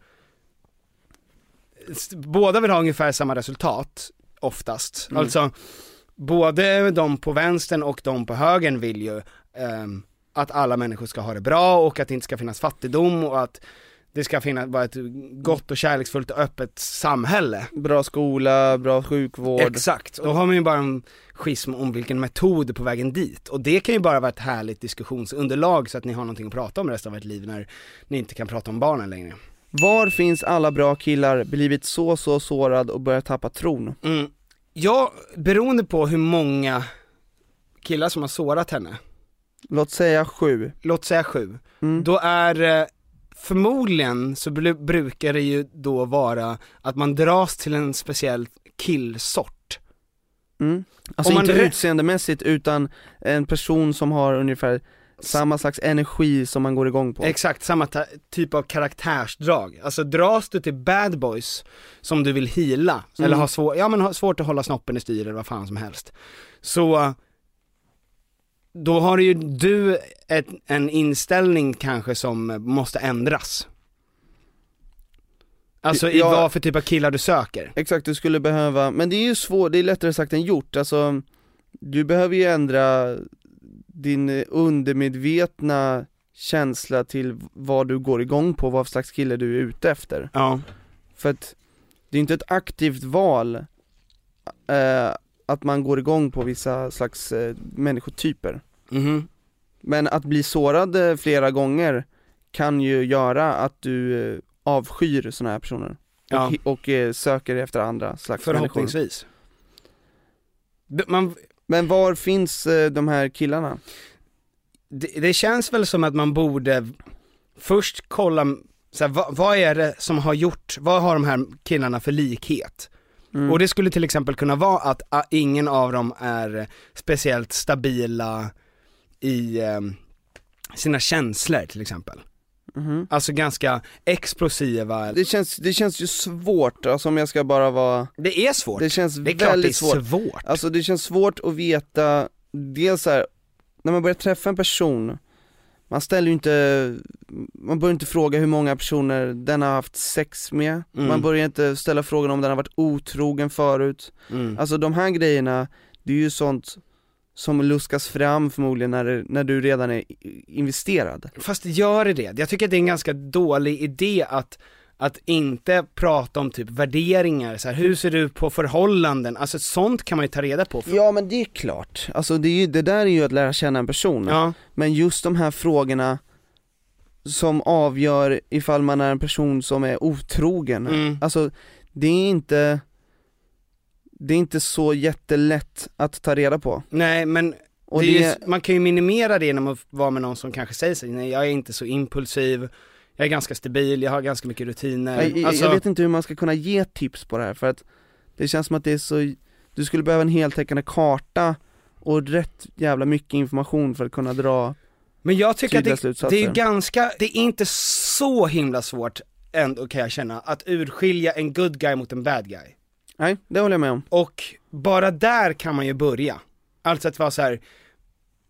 Speaker 1: S- Båda vill ha ungefär samma resultat, oftast. Alltså, både de på vänstern och de på högern vill ju ehm, att alla människor ska ha det bra och att det inte ska finnas fattigdom och att det ska finnas bara ett gott och kärleksfullt och öppet samhälle.
Speaker 2: Bra skola, bra sjukvård
Speaker 1: Exakt, då har man ju bara en schism om vilken metod på vägen dit. Och det kan ju bara vara ett härligt diskussionsunderlag så att ni har någonting att prata om resten av ert liv när ni inte kan prata om barnen längre.
Speaker 2: Var finns alla bra killar blivit så så sårad och börjat tappa tron?
Speaker 1: Mm. Ja, beroende på hur många killar som har sårat henne,
Speaker 2: Låt säga sju.
Speaker 1: låt säga sju,
Speaker 2: Mm.
Speaker 1: då är eh, förmodligen så bru- brukar det ju då vara att man dras till en speciell killsort.
Speaker 2: Mm. Alltså
Speaker 1: Om man
Speaker 2: inte
Speaker 1: rä-
Speaker 2: utseendemässigt utan en person som har ungefär samma slags energi som man går igång på.
Speaker 1: Exakt samma ta- typ av karaktärsdrag. Alltså dras du till bad boys som du vill hila
Speaker 2: Mm.
Speaker 1: eller har svår, ja, men har svårt att hålla snoppen i styr eller vad fan som helst. Så eh, då har ju du ett, en inställning kanske som eh, måste ändras. Alltså i
Speaker 2: Ja.
Speaker 1: vad för typ av killar du söker.
Speaker 2: Exakt, du skulle behöva, men det är ju svårt, det är lättare sagt än gjort, alltså du behöver ju ändra din eh, undermedvetna känsla till vad du går igång på, vad för slags kille du är ute efter.
Speaker 1: Ja.
Speaker 2: För att det är inte ett aktivt val eh, att man går igång på vissa slags eh, människotyper.
Speaker 1: Mhm.
Speaker 2: Men att bli sårad eh, flera gånger kan ju göra att du eh, avskyr sådana här personer.
Speaker 1: Ja.
Speaker 2: Och, hi- och eh, söker efter andra slags människor.
Speaker 1: Förhoppningsvis. D- Man,
Speaker 2: Men var finns eh, de här killarna?
Speaker 1: det, det känns väl som att man borde först kolla, så här, vad, vad är det som har gjort, vad har de här killarna för likhet?
Speaker 2: Mm.
Speaker 1: Och det skulle till exempel kunna vara att ah, ingen av dem är speciellt stabila i eh, sina känslor till exempel.
Speaker 2: Mhm.
Speaker 1: Alltså ganska explosiva,
Speaker 2: Det känns, det känns ju svårt, alltså om jag ska bara vara
Speaker 1: det är svårt.
Speaker 2: Det känns
Speaker 1: det är klart
Speaker 2: väldigt
Speaker 1: det är svårt.
Speaker 2: Alltså det känns svårt att veta, dels så här, när man börjar träffa en person, man ställer ju inte, man börjar inte fråga hur många personer den har haft sex med,
Speaker 1: Mm.
Speaker 2: man börjar inte ställa frågan om den har varit otrogen förut.
Speaker 1: Mm.
Speaker 2: Alltså de här grejerna, det är ju sånt som luskas fram förmodligen när, det- när du redan är i- investerad.
Speaker 1: Fast gör det det? Jag tycker att det är en ganska dålig idé att, att inte prata om typ värderingar, så här, hur ser du på förhållanden? Alltså sånt kan man ju ta reda på.
Speaker 2: Ja men det är klart, alltså det, är ju, det där är ju att lära känna en person.
Speaker 1: Ja,
Speaker 2: Men just de här frågorna som avgör ifall man är en person som är otrogen,
Speaker 1: Mm.
Speaker 2: alltså det är inte det är inte så jättelätt att ta reda på.
Speaker 1: nej men
Speaker 2: Och
Speaker 1: det är ju,
Speaker 2: det-
Speaker 1: man kan ju minimera det genom att vara med någon som kanske säger sig, nej jag är inte så impulsiv, jag är ganska stabil, jag har ganska mycket rutiner.
Speaker 2: Jag, jag-
Speaker 1: alltså,
Speaker 2: jag vet inte hur man ska kunna ge tips på det här för att det känns som att det är så, du skulle behöva en heltäckande karta och rätt jävla mycket information för att kunna dra
Speaker 1: men jag tycker att
Speaker 2: tydliga
Speaker 1: det,
Speaker 2: slutsatser.
Speaker 1: det är ju ganska, det är inte så himla svårt ändå kan jag känna, att urskilja en good guy mot en bad guy.
Speaker 2: Nej, det håller jag med om.
Speaker 1: Och bara där kan man ju börja. Alltså att vara så här.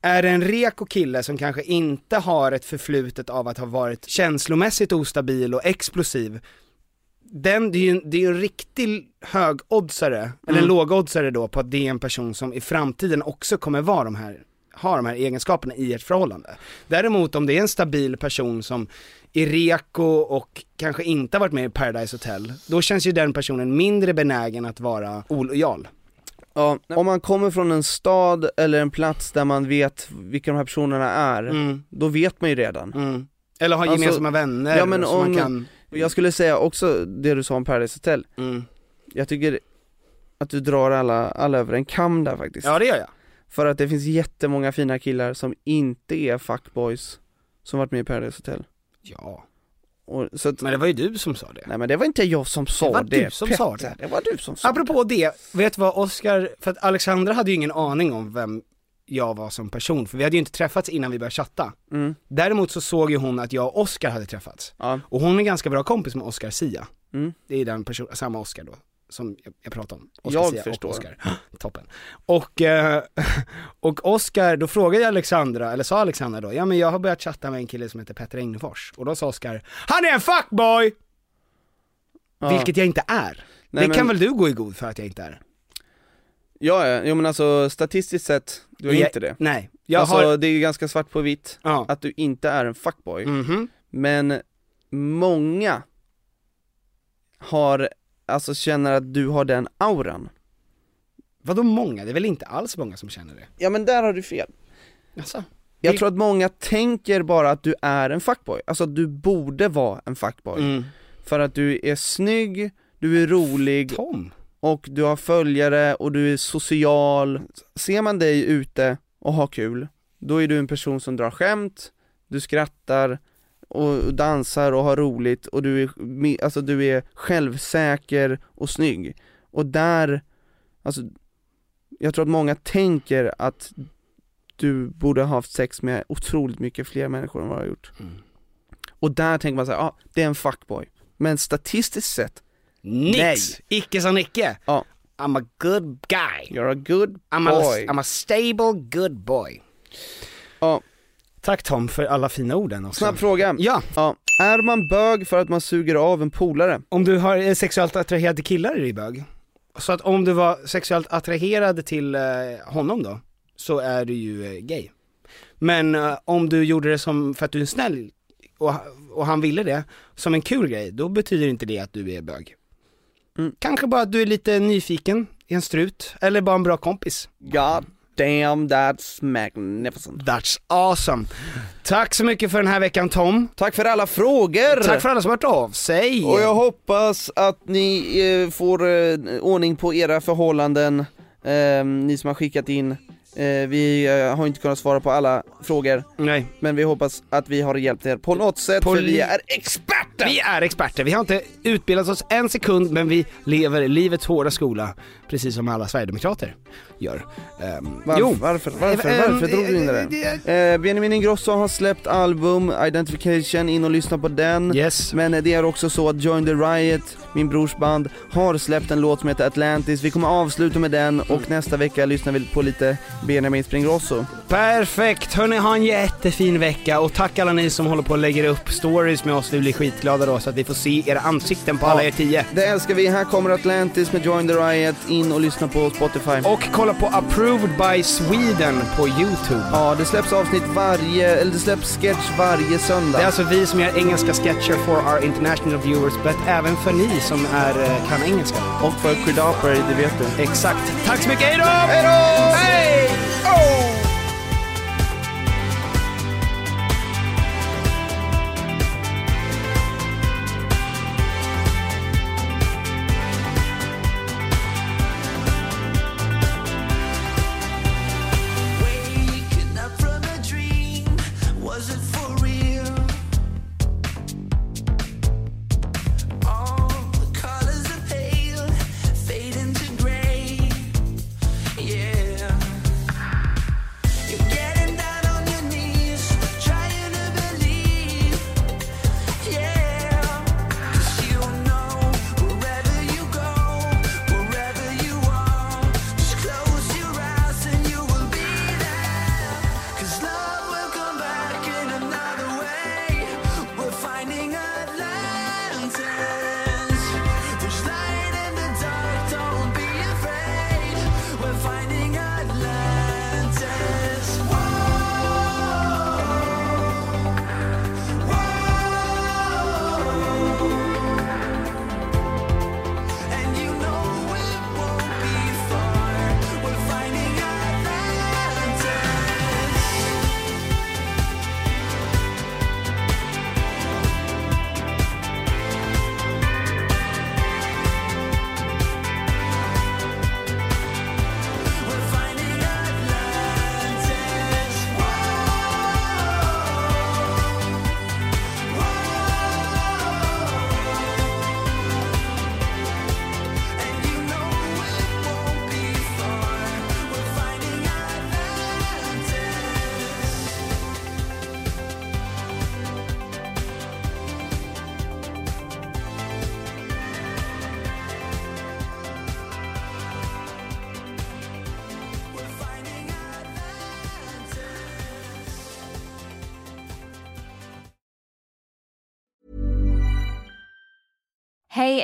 Speaker 1: är det en reko kille som kanske inte har ett förflutet av att ha varit känslomässigt ostabil och explosiv, den, det är ju det är ju en riktig högoddsare, eller lågoddsare då, på att det är en person som i framtiden också kommer vara de här har de här egenskaperna i ett förhållande. Däremot om det är en stabil person som är reko och kanske inte har varit med i Paradise Hotel, då känns ju den personen mindre benägen att vara olojal.
Speaker 2: Ja, om man kommer från en stad eller en plats där man vet vilka de här personerna är,
Speaker 1: Mm.
Speaker 2: då vet man ju redan.
Speaker 1: Mm. Eller ha
Speaker 2: Alltså,
Speaker 1: gemensamma vänner
Speaker 2: ja, men
Speaker 1: som man
Speaker 2: om-
Speaker 1: kan...
Speaker 2: Och Jag skulle säga också det du sa om Paradise Hotel,
Speaker 1: Mm.
Speaker 2: jag tycker att du drar alla, alla över en kam där faktiskt.
Speaker 1: Ja det gör jag.
Speaker 2: För att det finns jättemånga fina killar som inte är fuckboys som varit med i Paradise Hotel.
Speaker 1: Ja,
Speaker 2: Och, så att,
Speaker 1: men det var ju du som sa det.
Speaker 2: nej men det var inte jag som sa det.
Speaker 1: Det var du som sa
Speaker 2: Petter.
Speaker 1: det.
Speaker 2: Det var du som sa det.
Speaker 1: Apropå det, vet du vad Oscar, för att Alexandra hade ju ingen aning om vem jag var som person, för vi hade ju inte träffats innan vi började chatta.
Speaker 2: Mm.
Speaker 1: Däremot så såg ju hon att jag och Oscar hade träffats.
Speaker 2: Ja.
Speaker 1: Och hon är ganska bra kompis med Oscar Sia.
Speaker 2: Mm.
Speaker 1: Det är den person, samma Oscar då, som jag, jag pratade om. Oscar
Speaker 2: Jag
Speaker 1: Sia
Speaker 2: förstår.
Speaker 1: Och Oscar. Toppen. Och, eh, och Oscar, då frågade jag Alexandra, eller sa Alexandra då, ja men jag har börjat chatta med en kille som heter Petter Englefors. Och då sa Oscar, han är en fuckboy!
Speaker 2: Ja.
Speaker 1: Vilket jag inte är.
Speaker 2: Nej,
Speaker 1: det kan
Speaker 2: men-
Speaker 1: väl du gå i god för att jag inte är?
Speaker 2: Ja, ja, jo men alltså statistiskt sett, du är
Speaker 1: Jag-
Speaker 2: inte det.
Speaker 1: Nej. Jag
Speaker 2: alltså
Speaker 1: har,
Speaker 2: det är ju ganska svart på vitt
Speaker 1: ja.
Speaker 2: att du inte är en fuckboy.
Speaker 1: Mhm.
Speaker 2: Men många har, alltså känner att du har den auran.
Speaker 1: Vadå många? Det är väl inte alls många som känner det?
Speaker 2: Ja men där har du fel.
Speaker 1: Alltså.
Speaker 2: Jag
Speaker 1: Det-
Speaker 2: tror att många tänker bara att du är en fuckboy, alltså att du borde vara en fuckboy.
Speaker 1: Mm.
Speaker 2: För att du är snygg, du är rolig
Speaker 1: Tom?
Speaker 2: och du har följare och du är social. Ser man dig ute och har kul, då är du en person som drar skämt, du skrattar och dansar och har roligt och du är, me- alltså du är självsäker och snygg. Och där, alltså
Speaker 1: jag tror att många tänker att du borde ha haft sex med otroligt mycket fler människor än vad du har gjort.
Speaker 4: Mm.
Speaker 1: Och där tänker man så här, ja, ah, det är en fuckboy. Men statistiskt sett, Nej.
Speaker 4: Nix! Icke sa Nicke!
Speaker 1: ja,
Speaker 4: I'm a good guy.
Speaker 1: you're a good
Speaker 4: I'm a,
Speaker 1: boy.
Speaker 4: I'm a stable good boy.
Speaker 1: Ja.
Speaker 4: Tack Tom för alla fina orden också.
Speaker 1: Snabb fråga.
Speaker 4: Ja,
Speaker 1: Ja. Är man bög för att man suger av en polare?
Speaker 4: om du har eh, sexuellt attraherad till killar är du bög. Så att om du var sexuellt attraherad till eh, honom då, så är du ju eh, gay. Men eh, om du gjorde det som, för att du är snäll och, och han ville det, som en kul grej, då betyder inte det att du är bög.
Speaker 1: Mm.
Speaker 4: Kanske bara att du är lite nyfiken, är en strut, eller bara en bra kompis.
Speaker 1: God damn that's magnificent.
Speaker 4: That's awesome. Tack så mycket för den här veckan Tom.
Speaker 1: Tack för alla frågor!
Speaker 4: Tack för alla som har hört av sig.
Speaker 1: Och jag hoppas att ni eh, får eh, ordning på era förhållanden, eh, ni som har skickat in. Eh, vi eh, har inte kunnat svara på alla frågor,
Speaker 4: Nej.
Speaker 1: men vi hoppas att vi har hjälpt er på något sätt,
Speaker 4: På
Speaker 1: för vi
Speaker 4: li-
Speaker 1: är experter!
Speaker 4: Vi är experter, vi har inte utbildat oss en sekund men vi lever livets hårda skola, precis som alla sverigedemokrater gör. Um,
Speaker 1: Varför, varför, varför,
Speaker 4: Eh,
Speaker 1: varför
Speaker 4: eh,
Speaker 1: drog du in det
Speaker 4: det-
Speaker 1: där? Eh, Benjamin Ingrosso har släppt album Identification, in och lyssna på den.
Speaker 4: Yes.
Speaker 1: Men eh, det är också så att Join the Riot, min brors band, har släppt en låt som heter Atlantis. Vi kommer avsluta med den
Speaker 4: Mm.
Speaker 1: och nästa vecka lyssnar vi på lite Benjamin Springrosso.
Speaker 4: Perfekt! Hörni, ha en jättefin vecka och tack alla ni som håller på och lägger upp stories med oss. Vi blir skitglada då så att vi får se era ansikten på alla er tio.
Speaker 1: Det älskar vi. Här kommer Atlantis med Join the Riot. In och lyssna på Spotify.
Speaker 4: Och kolla på Approved by Sweden på YouTube.
Speaker 1: Ja, det släpps avsnitt varje, eller det släpps sketch varje söndag.
Speaker 4: Det är alltså vi som gör engelska sketcher for our international viewers, but även för ni som är, eh, kan engelska.
Speaker 1: Och för Creedapper, det vet du.
Speaker 4: Exakt. Tack så mycket, hejdå!
Speaker 1: Hej då!
Speaker 4: Hej!
Speaker 5: Waking up from a dream, was it for real? All the colors are pale, fade into grey. Yeah, you're getting down on your knees, trying to believe. Yeah, 'cause you know wherever you go, wherever you are, just close your eyes and you will be there. 'Cause love will come back in another way. We're finding Atlantis. There's light in the dark. Don't be afraid. We're finding Atlantis. And you know it won't be far. We're finding Atlantis. We're finding Atlantis. And you know it won't be far. We're finding Atlantis. We're finding Atlantis.
Speaker 2: Hey,